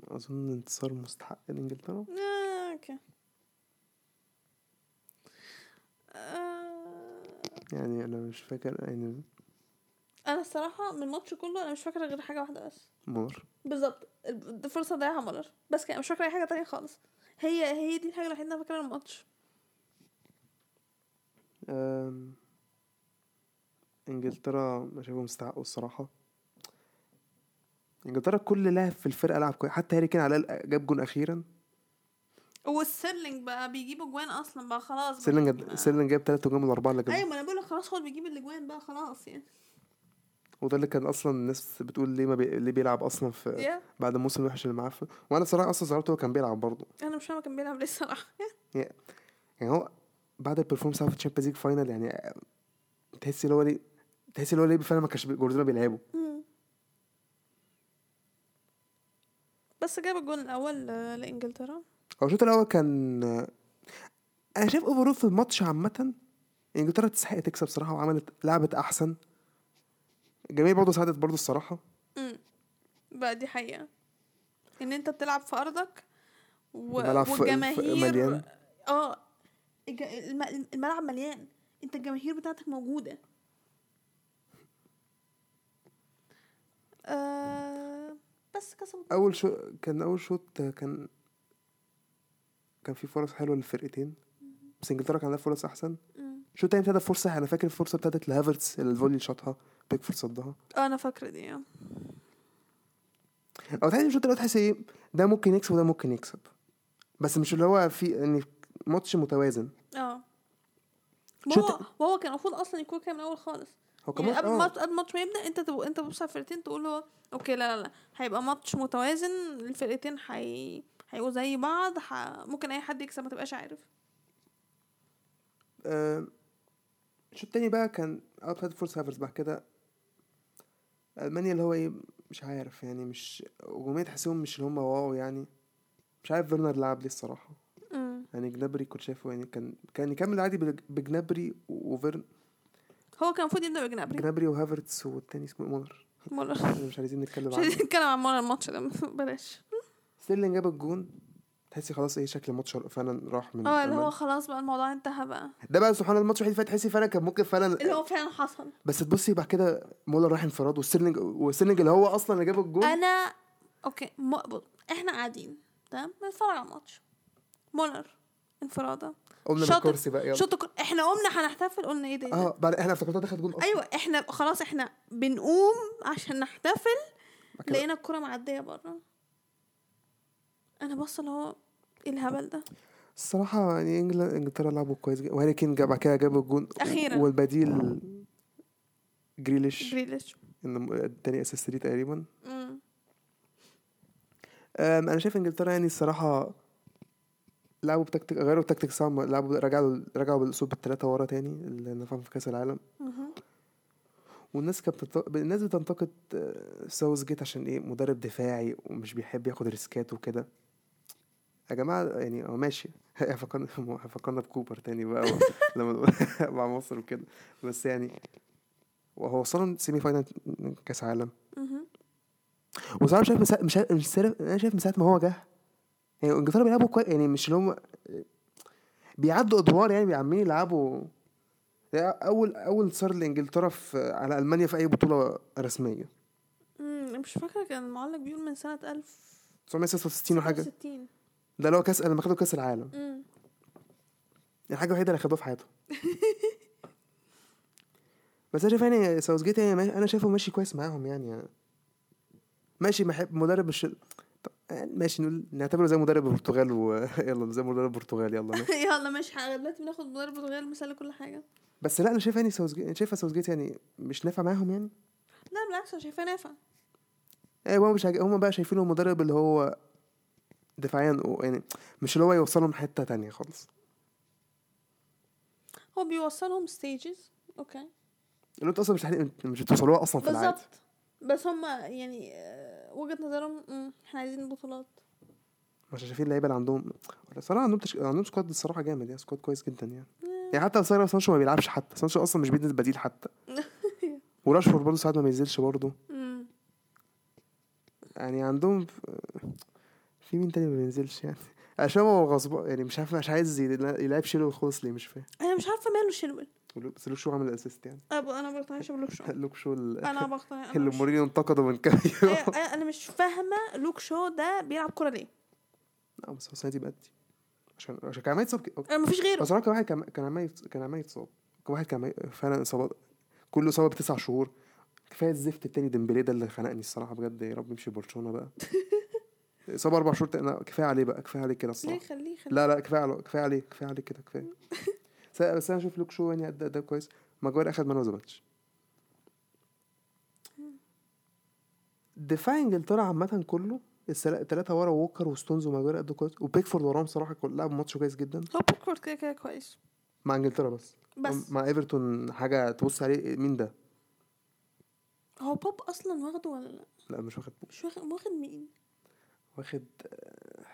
Speaker 2: اظن انتصار مستحق لانجلترا
Speaker 1: آه، اوكي Uh, آه،
Speaker 2: يعني انا مش فاكر يعني
Speaker 1: انا الصراحه من الماتش كله انا مش فاكره غير حاجه واحده بس
Speaker 2: مر
Speaker 1: بالظبط الب- الفرصه ضيعها مولر بس كده مش فاكره اي حاجه تانية خالص هي هي دي الحاجه الوحيده اللي انا فاكرها من الماتش
Speaker 2: آم، انجلترا انا شايفه مستحقه الصراحه انجلترا كل لاعب في الفرقه لعب كويس حتى هاري كين على الأقل جاب جون اخيرا
Speaker 1: والسيرلينج بقى بيجيبوا جوان اصلا بقى خلاص بقى. آه.
Speaker 2: سيرلينج سيرلينج جاب ثلاث جون من الاربعه اللي جابهم
Speaker 1: ايوه ما انا بقول لك خلاص هو اللي بيجيب الاجوان بقى خلاص يعني
Speaker 2: وده اللي كان اصلا الناس بتقول ليه ما بي... ليه بيلعب اصلا في
Speaker 1: يا
Speaker 2: بعد الموسم الوحش اللي معاه في- وانا صراحه اصلا زعلت هو كان بيلعب برضه
Speaker 1: انا مش فاهمه كان بيلعب ليه الصراحه
Speaker 2: يعني هو بعد البرفورمانس بتاعه في الشامبيونز ليج فاينال يعني آه، تحس اللي هو ليه تحس اللي هو ليه فعلا ما كانش بي- جوارديولا بيلعبه
Speaker 1: مم. بس جاب الجون الاول آه، لانجلترا
Speaker 2: هو الشوط الاول كان انا شايف اوفرول في الماتش عامه انجلترا تستحق تكسب صراحه وعملت لعبت احسن الجميع برضه ساعدت برضه الصراحه
Speaker 1: مم. بقى دي حقيقه ان انت بتلعب في ارضك و...
Speaker 2: الملعب ف- ف-
Speaker 1: والجماهير
Speaker 2: مليان.
Speaker 1: اه الج- الم- الملعب مليان انت الجماهير بتاعتك موجوده آه... بس كسبوا
Speaker 2: اول شو كان اول شوط كان كان في فرص حلوه للفرقتين بس انجلترا كان عندها فرص احسن
Speaker 1: مم.
Speaker 2: شو تاني ابتدى فرصه انا فاكر الفرصه ابتدت لهافرتس الفولي اللي شاطها بيكفورد صدها
Speaker 1: آه، انا فاكره دي آه.
Speaker 2: او تحس الشوط الاول تحس ايه ده ممكن يكسب وده ممكن يكسب بس مش اللي هو في يعني ماتش متوازن
Speaker 1: اه
Speaker 2: شوت-
Speaker 1: وهو وهو كان المفروض اصلا يكون كده من الاول خالص
Speaker 2: هو كان
Speaker 1: يعني قبل
Speaker 2: ماتش- آه.
Speaker 1: الماتش قبل الماتش ما يبدا انت تبقى انت بص على الفرقتين تقول له اوكي لا لا لا هيبقى ماتش متوازن الفرقتين حي... هيبقوا زي بعض ح... ممكن اي حد يكسب ما تبقاش عارف
Speaker 2: آه، الشوط التاني بقى كان اوت فورس هافرز بعد كده المانيا اللي هو ايه مش عارف يعني مش هجومية تحسهم مش اللي هم واو يعني مش عارف فيرنر لعب ليه الصراحة
Speaker 1: مم.
Speaker 2: يعني جنابري كنت شايفه يعني كان كان يكمل عادي بج- بجنابري وفيرن
Speaker 1: هو كان المفروض يبدا بجنابري
Speaker 2: جنابري وهافرتس والتاني اسمه إيه؟ مولر
Speaker 1: مولر
Speaker 2: احنا مش عايزين
Speaker 1: <laughs>
Speaker 2: نتكلم
Speaker 1: مش
Speaker 2: عنه
Speaker 1: عايزين نتكلم عن مولر الماتش ده <laughs> بلاش
Speaker 2: ستيرلينج جاب الجون تحسي خلاص ايه شكل الماتش فعلا راح من
Speaker 1: اه اللي هو
Speaker 2: ألمانيا.
Speaker 1: خلاص بقى الموضوع انتهى بقى
Speaker 2: ده بقى سبحان الله الماتش الوحيد اللي فات تحسي فعلا كان ممكن فعلا
Speaker 1: اللي هو فعلا حصل
Speaker 2: بس تبصي بعد كده مولر راح انفراد وستيرلينج وستيرلينج اللي هو اصلا اللي جاب الجون
Speaker 1: انا اوكي مقبض احنا قاعدين تمام بنتفرج على الماتش مولر انفراده
Speaker 2: قمنا من
Speaker 1: شاطر.
Speaker 2: الكرسي بقى يلا
Speaker 1: شوط الكرة- احنا قمنا هنحتفل قلنا ايه ده, إيه ده؟
Speaker 2: اه بعد احنا افتكرتها دخلت جون اصلا
Speaker 1: ايوه احنا خلاص احنا بنقوم عشان نحتفل
Speaker 2: بعد كده
Speaker 1: لقينا الكرة معدية بره انا بص اللي هو ايه الهبل ده
Speaker 2: الصراحه يعني انجل- انجلترا لعبوا كويس جدا وهاري كين جاب بعد كده جاب الجون
Speaker 1: أخيراً.
Speaker 2: والبديل جريليش
Speaker 1: جريليش
Speaker 2: إنه التاني اساس 3 تقريبا
Speaker 1: مم.
Speaker 2: أم، انا شايف انجلترا يعني الصراحه لعبوا بتكتيك غيروا التكتيك صعب لعبوا رجعوا رجعوا بالاسلوب الثلاثه ورا تاني اللي نفعهم في كاس العالم
Speaker 1: مهم.
Speaker 2: والناس كانت بتنتق... الناس بتنتقد آه، ساوث جيت عشان ايه مدرب دفاعي ومش بيحب ياخد ريسكات وكده يا جماعه يعني هو ماشي <laughs> هيفكرنا هيفكرنا بكوبر تاني بقى و- <laughs> لما نقول مع مصر وكده بس يعني وهو وصلهم سيمي فاينال كاس عالم
Speaker 1: مهم.
Speaker 2: وصراحه مش عارف مسا... مش عارف مش عارف انا شايف من ساعه ما هو جه يعني انجلترا بيلعبوا كويس يعني مش اللي هم بيعدوا ادوار يعني بيعملين يلعبوا يعني اول اول صار لانجلترا في على المانيا في اي بطوله رسميه
Speaker 1: امم مش فاكره كان المعلق بيقول من سنه 1000
Speaker 2: 966 وحاجه
Speaker 1: 60
Speaker 2: ده اللي هو كاس لما خدوا كاس العالم
Speaker 1: امم
Speaker 2: الحاجه الوحيده اللي خدوها في حياتهم بس انا شايف يعني ساوثجيت يعني ماشي- انا شايفه ماشي كويس معاهم يعني ماشي محب مدرب مش طب يعني ماشي نقول نعتبره زي مدرب البرتغال و... <laughs> يلا زي مدرب البرتغال يلا ماشي.
Speaker 1: <laughs> يلا مش دلوقتي بناخد مدرب البرتغال مثال لكل حاجه
Speaker 2: بس لا انا شايف يعني ساوثجيت شايفه ساوثجيت يعني مش نافع معاهم يعني
Speaker 1: لا بالعكس انا شايفاه نافع
Speaker 2: ايوه هم مش عاجب- هم بقى شايفينه مدرب اللي هو دفاعيا و- يعني مش اللي هو يوصلهم حته تانية خالص
Speaker 1: هو بيوصلهم ستيجز اوكي
Speaker 2: اللي انت اصلا مش هتحل- مش هتوصلوها اصلا في العادي
Speaker 1: بالظبط بس هما يعني آه، وجهه نظرهم مم، احنا عايزين بطولات
Speaker 2: مش شايفين اللعيبه اللي عندهم الصراحه عندهم تش... عندهم سكواد الصراحه جامد يعني سكواد كويس جدا يعني يعني حتى سارة سانشو ما بيلعبش حتى سانشو اصلا مش بينزل بديل حتى وراشفورد برضه ساعات ما بينزلش برضه
Speaker 1: مم.
Speaker 2: يعني عندهم ف- في مين تاني ما بينزلش يعني <laughs> عشان هو غصب يعني مش عارف مش عايز يلا- يلعب شيلو خالص ليه مش فاهم
Speaker 1: انا مش عارفه ماله شلول
Speaker 2: ولو- بس لوك شو عامل الاسيست يعني <laughs>
Speaker 1: أبا انا ما بقتنعش بلوك شو
Speaker 2: لوك شو ال-
Speaker 1: انا بقتنع انا
Speaker 2: <laughs> اللي
Speaker 1: مش-
Speaker 2: مورينيو انتقده من كام <laughs>
Speaker 1: <laughs>
Speaker 2: يوم
Speaker 1: أيوة، أيوة، انا مش فاهمه لوك شو ده بيلعب كوره ليه
Speaker 2: لا بس هو السنه دي بأدي عشان عشان كان عمال يتصاب ك-
Speaker 1: أنا مفيش إيه، غيره
Speaker 2: بس هو كان واحد كان كان عمال يتص- كان عمال يتصاب كان واحد كان عمال- فعلا اصابات كل اصابه بتسع شهور كفايه الزفت التاني ديمبلي ده اللي خنقني الصراحه بجد يا رب يمشي برشلونه بقى اصابه اربع شهور تاني لا، كفايه عليه بقى كفايه عليه كده
Speaker 1: ليه
Speaker 2: الصراحه
Speaker 1: خليه خليه
Speaker 2: لا لا كفايه عليه كفايه عليه كفايه عليه كده كفايه س- بس انا اشوف لوك شو يعني قد ده كويس ماجواير اخد مان اوف ذا ماتش دفاع انجلترا عامة كله الثلاثة ورا ووكر وستونز وماجواير قد إيه كويس وبيكفورد وراهم صراحة كل لعب ماتش كويس جدا
Speaker 1: هو بوكورد كده كده كويس
Speaker 2: مع انجلترا بس
Speaker 1: بس
Speaker 2: مع ايفرتون حاجة تبص عليه مين ده؟
Speaker 1: هو بوب اصلا واخده ولا لا
Speaker 2: لا مش واخد
Speaker 1: مش واخد واخد مين
Speaker 2: واخد آه،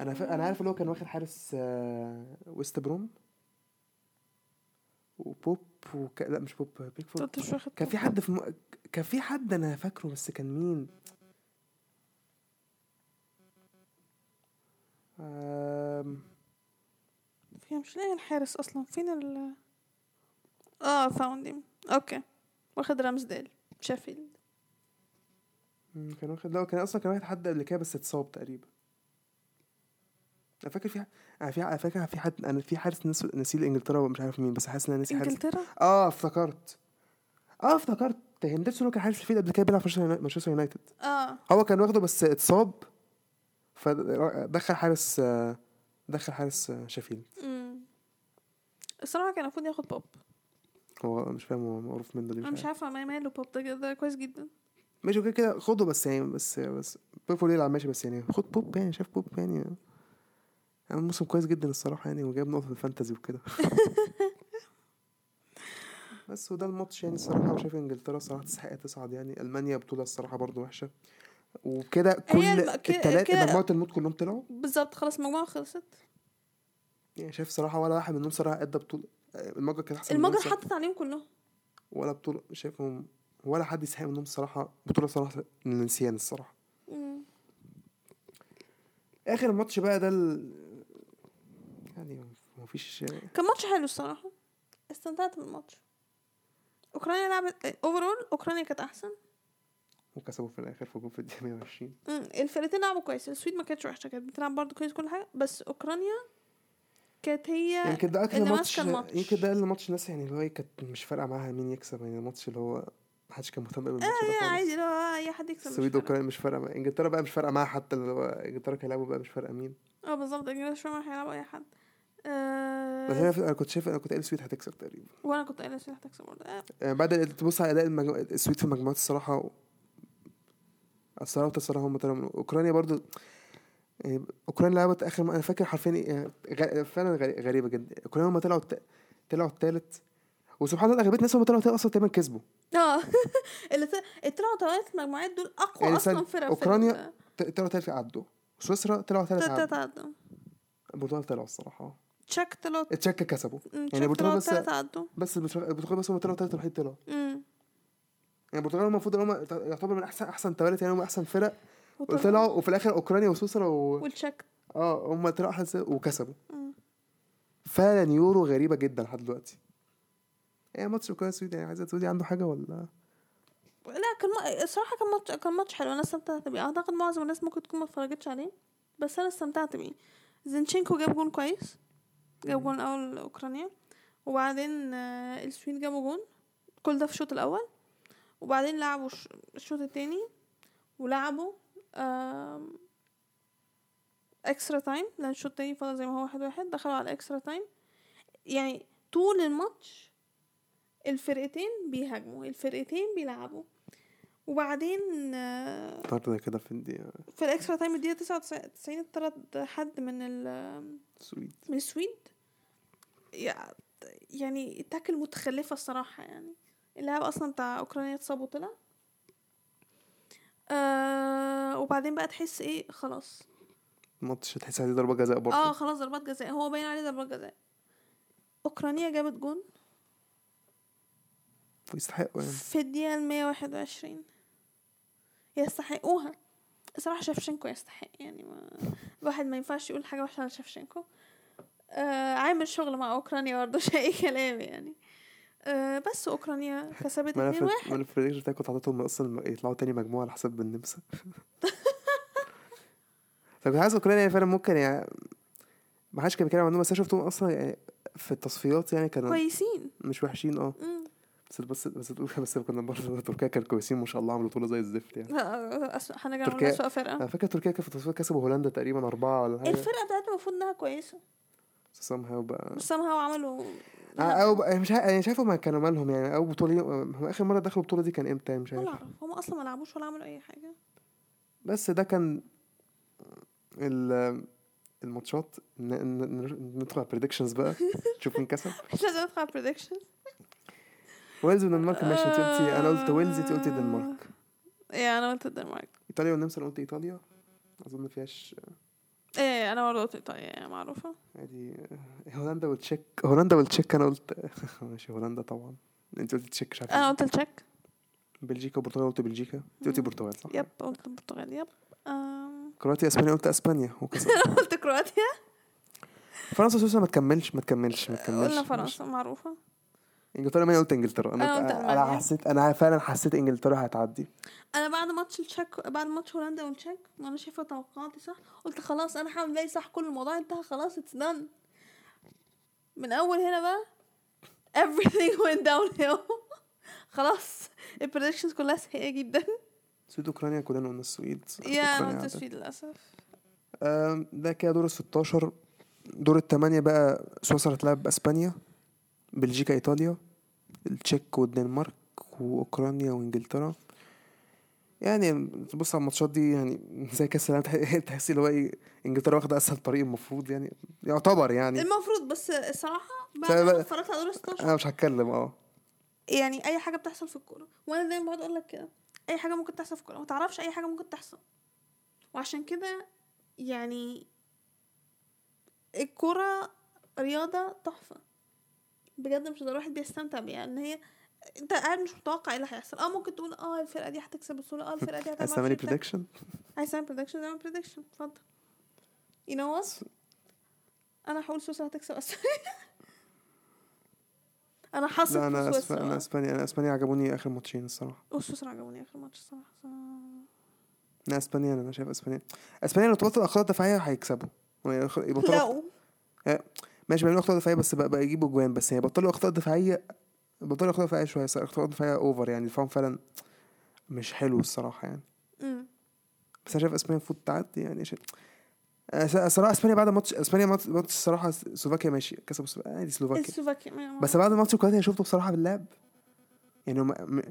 Speaker 2: انا فا... انا عارف اللي هو كان واخد حارس آه، ويست بروم وبوب وك... لا مش بوب بيكفورد
Speaker 1: انت مش واخد
Speaker 2: كان
Speaker 1: بوب.
Speaker 2: في حد في م... كان في حد انا فاكره بس كان مين آم،
Speaker 1: فيها مش لاقي الحارس اصلا فين ال اه فاوند him. اوكي واخد رامزديل شيفيلد
Speaker 2: مم، كان واخد لا كان اصلا كان واخد حد قبل كده بس اتصاب تقريبا انا فاكر في ح- انا في انا فاكر في حد انا في حارس نس- نسيه لانجلترا ومش عارف مين بس حاسس ان انا ناسي حارس
Speaker 1: انجلترا
Speaker 2: اه افتكرت اه افتكرت هندرسون اللي هو كان حارس الفيل قبل كده بيلعب في مانشستر يونايتد- مانشستر يونايتد
Speaker 1: اه
Speaker 2: هو كان واخده بس اتصاب فدخل حارس آه، دخل حارس آه، شefيلد
Speaker 1: امم الصراحه كان المفروض ياخد بوب
Speaker 2: هو مش فاهم هو معروف من ده ليه
Speaker 1: انا مش
Speaker 2: مش عارف
Speaker 1: عارفه ما ماله بوب ده كده كويس جدا
Speaker 2: ماشي اوكي كده خده بس يعني بس بس بيفول يلعب ماشي بس يعني خد بوب يعني شاف بوب يعني عمل موسم كويس جدا الصراحه يعني وجاب نقط في
Speaker 1: <laughs>
Speaker 2: الفانتزي وكده بس وده الماتش يعني الصراحه وشايف انجلترا الصراحه تستحق تصعد يعني المانيا بطوله الصراحه برضو وحشه وكده كل
Speaker 1: الم- كده-
Speaker 2: التلاتة
Speaker 1: كده-
Speaker 2: مجموعه الموت كلهم طلعوا
Speaker 1: بالظبط خلاص المجموعه خلصت
Speaker 2: يعني شايف صراحه ولا واحد منهم صراحه ادى بطوله المجر كان احسن من
Speaker 1: المجر
Speaker 2: النمسا.
Speaker 1: حطت عليهم كلهم
Speaker 2: ولا بطوله شايفهم ولا حد يستحق منهم الصراحه بطوله صراحه للنسيان الصراحه
Speaker 1: مم.
Speaker 2: اخر ماتش بقى ده ال... يعني مفيش
Speaker 1: كان ماتش حلو الصراحه استمتعت بالماتش اوكرانيا لعبت اوفرول اوكرانيا كانت احسن
Speaker 2: وكسبوا في الاخر في جول في الدقيقه 120
Speaker 1: مم، الفرقتين لعبوا كويس السويد ما كانتش وحشه كانت بتلعب برضه كويس كل حاجه بس اوكرانيا كانت هي
Speaker 2: يمكن ده اكتر
Speaker 1: اللي
Speaker 2: ماتش
Speaker 1: ماسكة الماتش.
Speaker 2: يمكن ده اقل ماتش الناس يعني اللي هو إيه كانت مش فارقه معاها مين يكسب يعني الماتش اللي هو محدش كان مهتم بالماتش ده
Speaker 1: آه،
Speaker 2: خالص
Speaker 1: عادي لا اي حد يكسب مش
Speaker 2: السويد
Speaker 1: فارقة.
Speaker 2: واوكرانيا مش فارقه مع- انجلترا بقى مش فارقه معاها حتى اللي هو انجلترا كانوا بيلعبوا بقى مش فارقه مين
Speaker 1: اه بالظبط انجلترا شويه ما هيلعبوا اي حد
Speaker 2: بس انا
Speaker 1: آه
Speaker 2: في- أنا كنت شايف انا كنت قايل السويد هتكسب تقريبا
Speaker 1: وانا كنت قايله السويد هتكسب برضه آه،
Speaker 2: يعني بعد ال- تبص على اداء المجمو... السويد في المجموعات الصراحه و... الصراحه الصراحه هم طلعوا من اوكرانيا برضو يعني اوكرانيا لعبت اخر م... انا فاكر حرفيا إيه، غ... فعلا غري... غريبه جدا اوكرانيا هم طلعوا الت... طلعوا الثالث وسبحان الله اغلبيه الناس هم طلعوا التالت اصلا تقريبا كسبوا
Speaker 1: اه <laughs> اللي طل- طلعوا طلعت المجموعات دول اقوى
Speaker 2: يعني
Speaker 1: اصلا
Speaker 2: سد-
Speaker 1: فرق
Speaker 2: أوكرانيا ت- طلعوا التالت عدوا سويسرا طلعوا ثالث عدوا
Speaker 1: تتعدوا
Speaker 2: البرتغال طلعوا الصراحه
Speaker 1: تشيك طلعوا
Speaker 2: التشيك كسبوا
Speaker 1: مم،
Speaker 2: البرتغال
Speaker 1: تشيك طلعوا
Speaker 2: يعني بس-
Speaker 1: تلاتة عدوا
Speaker 2: بس البرتغال البرتغال بس هم طلعوا الثالث الوحيد طلعوا
Speaker 1: مم.
Speaker 2: يعني البرتغال هم المفروض ان هم يعتبر من احسن احسن ثلاث يعني هم احسن فرق طلعوا وفي الاخر اوكرانيا وسويسرا و...
Speaker 1: والتشك
Speaker 2: اه هم طلعوا احسن وكسبوا
Speaker 1: مم.
Speaker 2: فعلا يورو غريبه جدا لحد دلوقتي ايه ماتش اوكرانيا السويد يعني عايز السويد عنده حاجه ولا
Speaker 1: لا كان ما- الصراحه كان ماتش كان ماتش حلو انا استمتعت بيه اعتقد معظم الناس ممكن تكون ما اتفرجتش عليه بس انا استمتعت بيه زينشينكو جاب جون كويس جاب جون اول اوكرانيا وبعدين آه، السويد جابوا جون كل ده في الشوط الاول وبعدين لعبوا الش- الشوط التاني ولعبوا آم، اكسترا تايم لان الشوط التاني فضل زي ما هو واحد واحد دخلوا على اكسترا تايم يعني طول الماتش الفرقتين بيهاجموا الفرقتين بيلعبوا وبعدين آه،
Speaker 2: طرد كده في الدقيقه
Speaker 1: في الاكسترا تايم الدقيقه 99 اتطرد حد من ال-
Speaker 2: السويد
Speaker 1: من السويد يع- يعني تاكل متخلفه الصراحه يعني اللاعب اصلا بتاع اوكرانيا اتصاب وطلع آه وبعدين بقى تحس ايه خلاص
Speaker 2: الماتش تحس عليه ضربه جزاء برضه
Speaker 1: اه خلاص ضربات جزاء هو باين عليه ضربات جزاء اوكرانيا جابت جون
Speaker 2: ويستحقوا يعني
Speaker 1: في الدقيقة 121 يستحقوها صراحة شفشنكو يستحق يعني ما الواحد ما ينفعش يقول حاجة وحشة على شفشنكو آه عامل شغل مع أوكرانيا برضه مش أي كلام يعني آه بس أوكرانيا كسبت
Speaker 2: ما انا
Speaker 1: 2-1
Speaker 2: في ما انا في البريدكشن بتاعي كنت حاططهم اصلا م- يطلعوا تاني مجموعه على حساب النمسا فكنت عايز اوكرانيا هي فعلا ممكن يعني ما حدش كان بيتكلم عنهم بس انا شفتهم اصلا يعني في التصفيات يعني كانوا
Speaker 1: كويسين
Speaker 2: مش وحشين اه
Speaker 1: مم.
Speaker 2: بس بس بس تقول- بس كنا برضه تركيا كانوا كويسين ما شاء الله عملوا بطوله زي الزفت يعني
Speaker 1: آه، آه، أسوأ- هنرجع نقول
Speaker 2: تركيا- آه،
Speaker 1: أسوأ فرقة
Speaker 2: انا فاكر تركيا كانت في التصفيات كسبوا هولندا تقريبا اربعه ولا حاجه
Speaker 1: الفرقة بتاعتنا المفروض إنها كويسة
Speaker 2: سام هاو بقى
Speaker 1: بس somehow عملوا
Speaker 2: آه، او بقى- مش عارف- انا مش عارف هما كانوا مالهم يعني او بطوله هم اخر مره دخلوا البطوله دي كان امتى يعني مش
Speaker 1: ولا
Speaker 2: عارف
Speaker 1: أعرف هم أصلا ما لعبوش ولا عملوا أي حاجة <laughs>
Speaker 2: بس ده كان ال- الماتشات ن- ن- ن- ندخل على predictions بقى نشوف مين كسب
Speaker 1: مش لازم أدخل على predictions
Speaker 2: ويلز والدنمارك ماشي انت قلتي انا قلت ويلز انت قلتي الدنمارك
Speaker 1: يا إيه، أنا قلت الدنمارك
Speaker 2: ايطاليا والنمسا انا قلت ايطاليا اظن ما فيهاش
Speaker 1: ايه انا برضه قلت ايطاليا يعني معروفه
Speaker 2: ادي إيه، هولندا والتشيك هولندا والتشيك انا قلت <laughs> ماشي هولندا طبعا انت قلت التشيك مش عارف
Speaker 1: انا قلت التشيك
Speaker 2: بلجيكا وبرتغال قلت بلجيكا انت قلتي
Speaker 1: مم.
Speaker 2: البرتغال صح؟
Speaker 1: يب قلت البرتغال يب آم، <laughs>
Speaker 2: كرواتيا اسبانيا قلت اسبانيا وكسب
Speaker 1: قلت كرواتيا
Speaker 2: فرنسا وسويسرا ما تكملش ما تكملش ما تكملش
Speaker 1: قلنا
Speaker 2: ماشي.
Speaker 1: فرنسا معروفه
Speaker 2: انجلترا مين قلت انجلترا
Speaker 1: أنا قلت
Speaker 2: انا انا
Speaker 1: ألمانيا.
Speaker 2: حسيت انا فعلا حسيت انجلترا هتعدي
Speaker 1: انا بعد ماتش التشيك بعد ماتش هولندا والتشيك وانا شايفه توقعاتي صح قلت خلاص انا هعمل زي صح كل الموضوع انتهى خلاص اتس دان من اول هنا بقى everything <laughs> went downhill خلاص البريدكشنز كلها سيئه جدا
Speaker 2: السويد اوكرانيا كلنا قلنا السويد يعني.
Speaker 1: يا انا
Speaker 2: أوكرانيا
Speaker 1: قلت
Speaker 2: عدت.
Speaker 1: السويد للاسف
Speaker 2: آم، ده كده دور ال 16 دور الثمانية بقى سويسرا هتلعب باسبانيا بلجيكا ايطاليا التشيك والدنمارك واوكرانيا وانجلترا يعني تبص على الماتشات دي يعني زي كاس العالم تح- تحس اللي هو ايه انجلترا واخده اسهل طريق المفروض يعني يعتبر يعني
Speaker 1: المفروض بس الصراحه بعد
Speaker 2: سبب-
Speaker 1: ما اتفرجت على دور 16
Speaker 2: انا مش هتكلم اه
Speaker 1: يعني اي حاجه بتحصل في الكوره وانا دايما بقعد اقول لك كده اي حاجه ممكن تحصل في الكوره ما تعرفش اي حاجه ممكن تحصل وعشان كده يعني الكوره رياضه تحفه بجد مش ضروري الواحد بيستمتع بيها ان هيه انت قاعد مش متوقع ايه اللي هيحصل اه ممكن تقول اه الفرقه دي هتكسب بسهوله اه الفرقه دي هتعمل
Speaker 2: عايز تعملي
Speaker 1: معرفش ايه بتاع.
Speaker 2: بريدكشن
Speaker 1: عايز تعمل بريدكشن اعمل بريدكشن اتفضل يو نو وات انا هقول سوسه هتكسب <laughs> اسبانيا انا حاسس
Speaker 2: لا انا أسف...
Speaker 1: سويسرا
Speaker 2: انا
Speaker 1: بقى.
Speaker 2: اسبانيا انا اسبانيا عجبوني اخر ماتشين الصراحه
Speaker 1: وسويسرا عجبوني اخر ماتش الصراحه
Speaker 2: لا اسبانيا انا شايف اسبانيا اسبانيا لو طولت الاخطاء الدفاعيه هيكسبوا يعني يخ- يبطلوا
Speaker 1: لا
Speaker 2: ماشي بيعملوا اخطاء دفاعيه بس بقى, بقى يجيبوا جوان بس يعني بطلوا اخطاء دفاعيه بطلوا اخطاء دفاعيه شويه صار اخطاء دفاعيه اوفر يعني الفهم فعلا مش حلو الصراحه يعني
Speaker 1: أمم.
Speaker 2: بس انا شايف اسبانيا المفروض تعدي يعني آه، شيء الصراحه اسبانيا بعد ماتش اسبانيا ماتش ماتش الصراحه س- سلوفاكيا ماشي كسبوا سلو- عادي سلوفاكيا
Speaker 1: السلوفاكيا ما-
Speaker 2: بس بعد ماتش كرواتيا شفته بصراحه باللعب يعني هم م-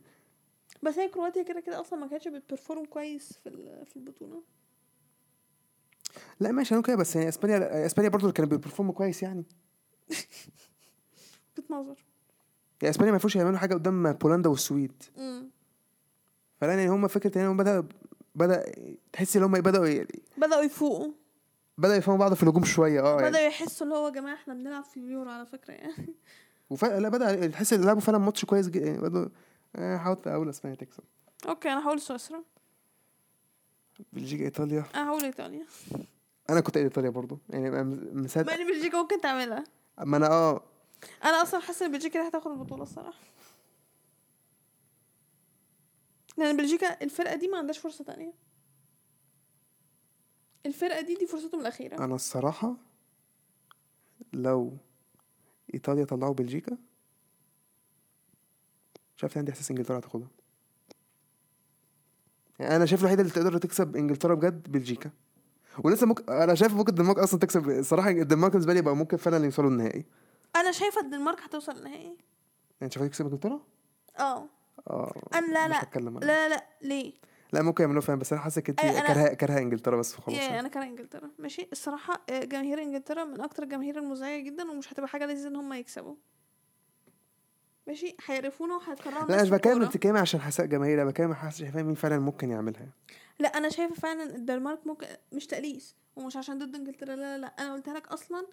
Speaker 1: بس هي كرواتيا كده كده اصلا ما كانتش بتبرفورم كويس في ال- في البطوله
Speaker 2: لا ماشي انا كده بس يعني اسبانيا اسبانيا برضو كانت بتبرفورم كويس يعني
Speaker 1: وجهة نظر
Speaker 2: يعني اسبانيا ما ينفعوش يعملوا حاجه قدام بولندا والسويد
Speaker 1: أمم.
Speaker 2: فلا يعني هم فكره ان هم بدا بدا تحس ان هم بداوا ي-
Speaker 1: بداوا يفوقوا
Speaker 2: بداوا يفهموا بعض في الهجوم شويه اه يعني
Speaker 1: بداوا يحسوا اللي هو يا جماعه احنا بنلعب في اليورو على فكره يعني
Speaker 2: وفعلا لا بدا تحس ان لعبوا فعلا ماتش كويس جدا يعني بدأوا آه، حاولت اقول اسبانيا تكسب
Speaker 1: اوكي انا هقول سويسرا
Speaker 2: بلجيكا ايطاليا
Speaker 1: انا هقول ايطاليا
Speaker 2: انا كنت قايل ايطاليا برضو يعني أنا م-
Speaker 1: ما
Speaker 2: مصدق
Speaker 1: ان بلجيكا ممكن تعملها
Speaker 2: ما انا اه
Speaker 1: انا اصلا حاسه ان بلجيكا اللي هتاخد البطوله الصراحه لان بلجيكا الفرقه دي ما عندهاش فرصه تانية الفرقه دي دي فرصتهم الاخيره
Speaker 2: انا الصراحه لو ايطاليا طلعوا بلجيكا شايف عندي احساس انجلترا هتاخدها يعني انا شايف الوحيده اللي تقدر تكسب انجلترا بجد بلجيكا ولسه ممكن انا شايف ممكن الدنمارك اصلا تكسب الصراحه الدنمارك بالنسبه لي بقى ممكن فعلا يوصلوا النهائي
Speaker 1: انا شايفه الدنمارك هتوصل النهائي
Speaker 2: يعني شايف يكسب انجلترا
Speaker 1: اه
Speaker 2: اه
Speaker 1: أنا لا-
Speaker 2: مش هتكلم
Speaker 1: لا
Speaker 2: عنها.
Speaker 1: لا لا ليه
Speaker 2: لا ممكن يعملوها فعلا بس انا حاسس كتير
Speaker 1: أنا-
Speaker 2: كارهه كارهه انجلترا بس خلاص
Speaker 1: يا انا كان انجلترا ماشي الصراحه آه، جماهير انجلترا من اكتر الجماهير المزعجه جدا ومش هتبقى حاجه لذيذه ان هم يكسبوا ماشي هيعرفونا وهيكرهوا
Speaker 2: لا انا
Speaker 1: الناس
Speaker 2: مش
Speaker 1: في
Speaker 2: بكلم
Speaker 1: الكورة.
Speaker 2: بتتكلم عشان حساء جماهيري انا بكلم حاسس شايفها مين فعلا ممكن يعملها يعني.
Speaker 1: لا انا شايفه فعلا الدنمارك ممكن مش تقليص ومش عشان ضد انجلترا لا لا لا انا قلتها لك اصلا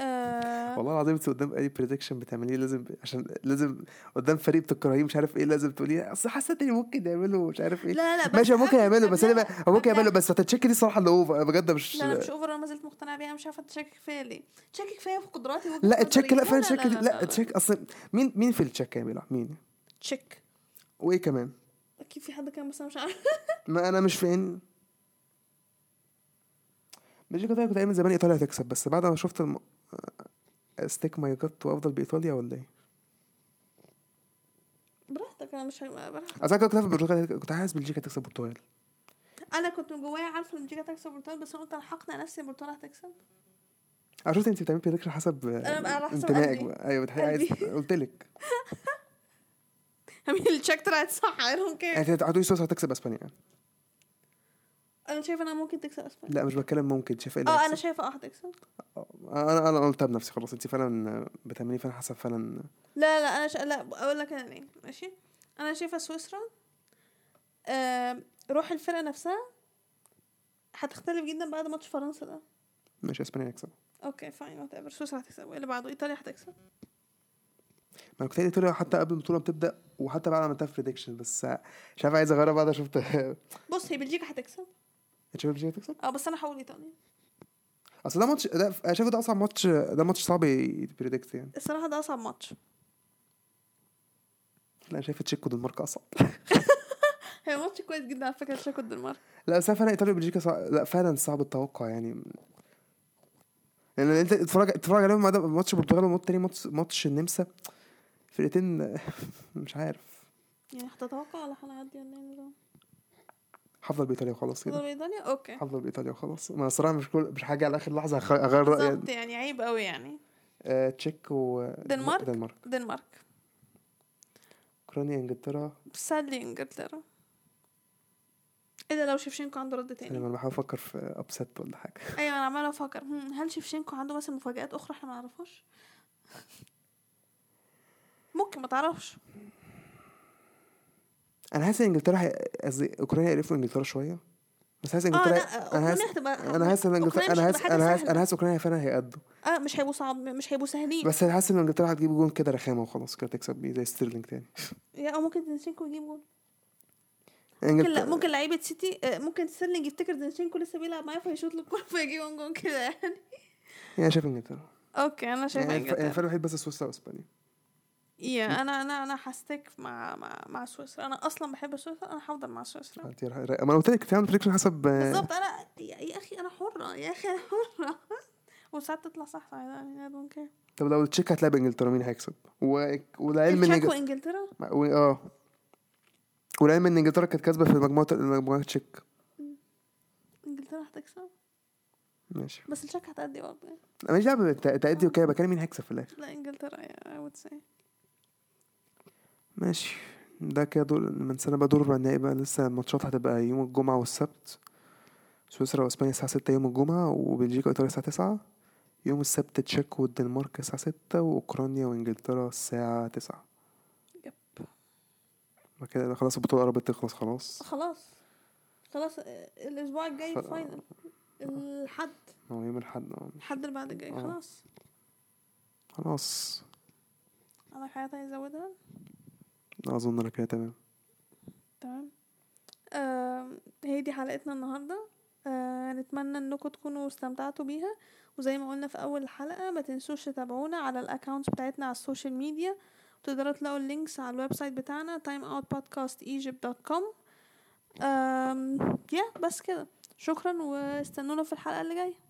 Speaker 1: آه
Speaker 2: والله العظيم انت قدام اي بريدكشن بتعمليه لازم عشان لازم قدام فريق بتكرهيه مش عارف ايه لازم تقوليه اصل حسيت ان ممكن يعملوا مش عارف
Speaker 1: لا
Speaker 2: ايه
Speaker 1: لا لا بس
Speaker 2: ماشي هو ممكن
Speaker 1: قبل-
Speaker 2: يعملوا بس انا
Speaker 1: قبلها-
Speaker 2: بقى- هو ممكن
Speaker 1: قبلها-
Speaker 2: يعملوا بس فتتشك دي صراحه اللي اوفر بجد مش
Speaker 1: لا انا مش اوفر انا ما زلت مقتنعه بيها انا مش عارفه تشكك فيا ليه تشكك فيا في قدراتي ووجهة
Speaker 2: لا تشيك
Speaker 1: نظري.
Speaker 2: لا فعلا تشيك دي- لا
Speaker 1: لا.
Speaker 2: تشيك اصل مين مين في التشيك يا بيلع مين
Speaker 1: تشيك
Speaker 2: وايه كمان
Speaker 1: اكيد في حد كان بس انا مش عارفه
Speaker 2: ما انا مش فاهم بلجيكا طبعا كنت قايل من زمان ايطاليا هتكسب بس بعد ما شفت الم... استيك ماي جت وافضل بايطاليا ولا ايه؟
Speaker 1: <laughs> براحتك انا مش هيبقى- براحتك
Speaker 2: اصل أنا كنت عارف بلجيكا- كنت عايز بلجيكا تكسب البرتغال
Speaker 1: انا كنت من جوايا عارفه ان بلجيكا هتكسب البرتغال بس انا قلت انا هقنع نفسي ان البرتغال هتكسب <laughs>
Speaker 2: انا شفت انت بتعملي بريدكشن حسب آه،
Speaker 1: أنا بقى على حسب
Speaker 2: انتمائك
Speaker 1: قلبي.
Speaker 2: بقى. ايوه بتحقي عايز
Speaker 1: قلبي.
Speaker 2: <laughs> قلت لك
Speaker 1: امين التشيك طلعت صح I don't care.
Speaker 2: انت يعني هتقولي سويسرا هتكسب اسبانيا يعني.
Speaker 1: انا شايفه انها ممكن تكسب اسبانيا
Speaker 2: لا مش بتكلم ممكن شايف ايه اللي
Speaker 1: اه انا
Speaker 2: هيحصل؟ آه،
Speaker 1: شايفه اه هتكسب
Speaker 2: انا انا قلتها بنفسي خلاص انت فعلا بتعملي فعلا حسب فعلا
Speaker 1: لا لا انا شا... لا اقول لك انا ليه ماشي انا شايفه سويسرا آه... روح الفرقه نفسها هتختلف جدا بعد ماتش فرنسا ده
Speaker 2: مش اسبانيا هيكسب
Speaker 1: اوكي فاين وات ايفر سويسرا هتكسب واللي بعده ايطاليا هتكسب
Speaker 2: ما انا كنت قايل ايطاليا حتى قبل البطوله بتبدا وحتى بعد ما عملتها في بريدكشن بس مش عارف عايز اغيرها بعد ما شفت انت
Speaker 1: بص هي بلجيكا هتكسب
Speaker 2: شايف بلجيكا هتكسب؟
Speaker 1: اه بس انا هقول ايطاليا
Speaker 2: اصل ده ماتش ده انا شايف ده اصعب ماتش ده ماتش صعب يتبريدكت يعني
Speaker 1: الصراحه ده اصعب ماتش
Speaker 2: لا انا شايف تشيك والدنمارك اصعب
Speaker 1: هي ماتش كويس جدا على فكره تشيك والدنمارك
Speaker 2: لا بس أنا فعلا ايطاليا وبلجيكا صع... لا فعلا صعب التوقع يعني لان انت تتفرج تتفرج عليهم بعد ماتش البرتغال وماتش تاني ماتش ماتش النمسا <laughs> فرقتين مش عارف
Speaker 1: يعني هتتوقع على هنعدي ولا ايه النظام؟
Speaker 2: هفضل بايطاليا وخلاص
Speaker 1: تفضل
Speaker 2: كده
Speaker 1: ايطاليا اوكي
Speaker 2: هفضل بايطاليا وخلاص ما صراحه مش كل مش حاجه على اخر لحظه هخ- اغير رايي يعني.
Speaker 1: بالظبط يعني عيب قوي يعني
Speaker 2: آه تشيك و
Speaker 1: دنمارك؟
Speaker 2: دنمارك
Speaker 1: دنمارك
Speaker 2: اوكرانيا انجلترا
Speaker 1: سالي انجلترا الا إيه لو شفشنكو عنده رد تاني
Speaker 2: انا ما بحاول افكر في ابسط ولا حاجه
Speaker 1: ايوه انا عماله افكر هم، هل شيفشينكو عنده مثلا مفاجآت اخرى احنا ما نعرفهاش ممكن ما تعرفش
Speaker 2: انا حاسس ان انجلترا هي- قصدي اوكرانيا عرفوا انجلترا شويه بس حاسس
Speaker 1: اه
Speaker 2: انجلترا
Speaker 1: لا
Speaker 2: انا حاسس
Speaker 1: اوكرانيا هتبقى
Speaker 2: انا حاسس ان انجلترا
Speaker 1: أوكرانيا
Speaker 2: انا
Speaker 1: مش هتبقى
Speaker 2: حاسس
Speaker 1: حاجة
Speaker 2: انا حاسس انا
Speaker 1: سهلة.
Speaker 2: حاسس اوكرانيا فعلا هيأدوا
Speaker 1: اه مش هيبقوا صعب مش هيبقوا سهلين
Speaker 2: بس حاسس ان انجلترا هتجيب جون كده رخامه وخلاص كده تكسب بيه زي ستيرلينج تاني
Speaker 1: يا او ممكن زينشينكو يجيب جول ممكن لا
Speaker 2: انجلترا
Speaker 1: ممكن لعيبه سيتي آه، ممكن ستيرلينج يفتكر زينشينكو لسه بيلعب معاه فيشوط له الكوره فيجيب جون جون كده يعني
Speaker 2: يعني شايف انجلترا
Speaker 1: اوكي انا شايفه
Speaker 2: يعني الف- الفرق
Speaker 1: انجلترا
Speaker 2: الوحيد بس سويسرا واسبانيا
Speaker 1: يا انا انا انا هستك مع مع مع سويسرا انا اصلا بحب سويسرا انا هفضل مع سويسرا
Speaker 2: انت رأي- رأي- ما انا قلت لك تعمل بريكشن حسب
Speaker 1: آه.
Speaker 2: آه،
Speaker 1: بالظبط انا يا يا اخي انا حره يا اخي انا حره <laughs> وساعات تطلع صح صح يعني I don't care.
Speaker 2: طب لو تشيك هتلاعب انجلترا مين هيكسب و... والعلم ان
Speaker 1: التشيك
Speaker 2: إنج-
Speaker 1: وانجلترا
Speaker 2: و... اه والعلم ان انجلترا كانت كاسبه في مجموعه مجموعه تشيك
Speaker 1: انجلترا هتكسب
Speaker 2: ماشي
Speaker 1: بس التشيك هتأدي برضه يعني.
Speaker 2: انا ماليش دعوه بالت- تأدي وكده بكلم مين هيكسب في الاخر
Speaker 1: لا انجلترا يا- I would say
Speaker 2: ماشي ده كده دور من سنة بقى دور ربع النهائي بقى لسه الماتشات هتبقى يوم الجمعة والسبت سويسرا واسبانيا الساعة ستة يوم الجمعة وبلجيكا وايطاليا الساعة تسعة يوم السبت تشيك والدنمارك الساعة ستة واوكرانيا وانجلترا الساعة تسعة
Speaker 1: يب
Speaker 2: بعد كده خلاص البطولة قربت تخلص خلاص
Speaker 1: خلاص خلاص آه، الاسبوع الجاي
Speaker 2: خ-
Speaker 1: فاينل الحد
Speaker 2: هو يوم الأحد آه.
Speaker 1: الحد اللي بعد الجاي
Speaker 2: آه.
Speaker 1: خلاص
Speaker 2: خلاص
Speaker 1: عندك حاجه تانية تزودها
Speaker 2: اظن انا كده تمام
Speaker 1: تمام آه هي دي حلقتنا النهاردة آه نتمنى انكم تكونوا استمتعتوا بيها وزي ما قلنا في اول الحلقة ما تنسوش تتابعونا على الاكونتس بتاعتنا على السوشيال ميديا تقدروا تلاقوا اللينكس على الويب سايت بتاعنا timeoutpodcastegypt.com آم، يا بس كده شكرا واستنونا في الحلقة اللي جاية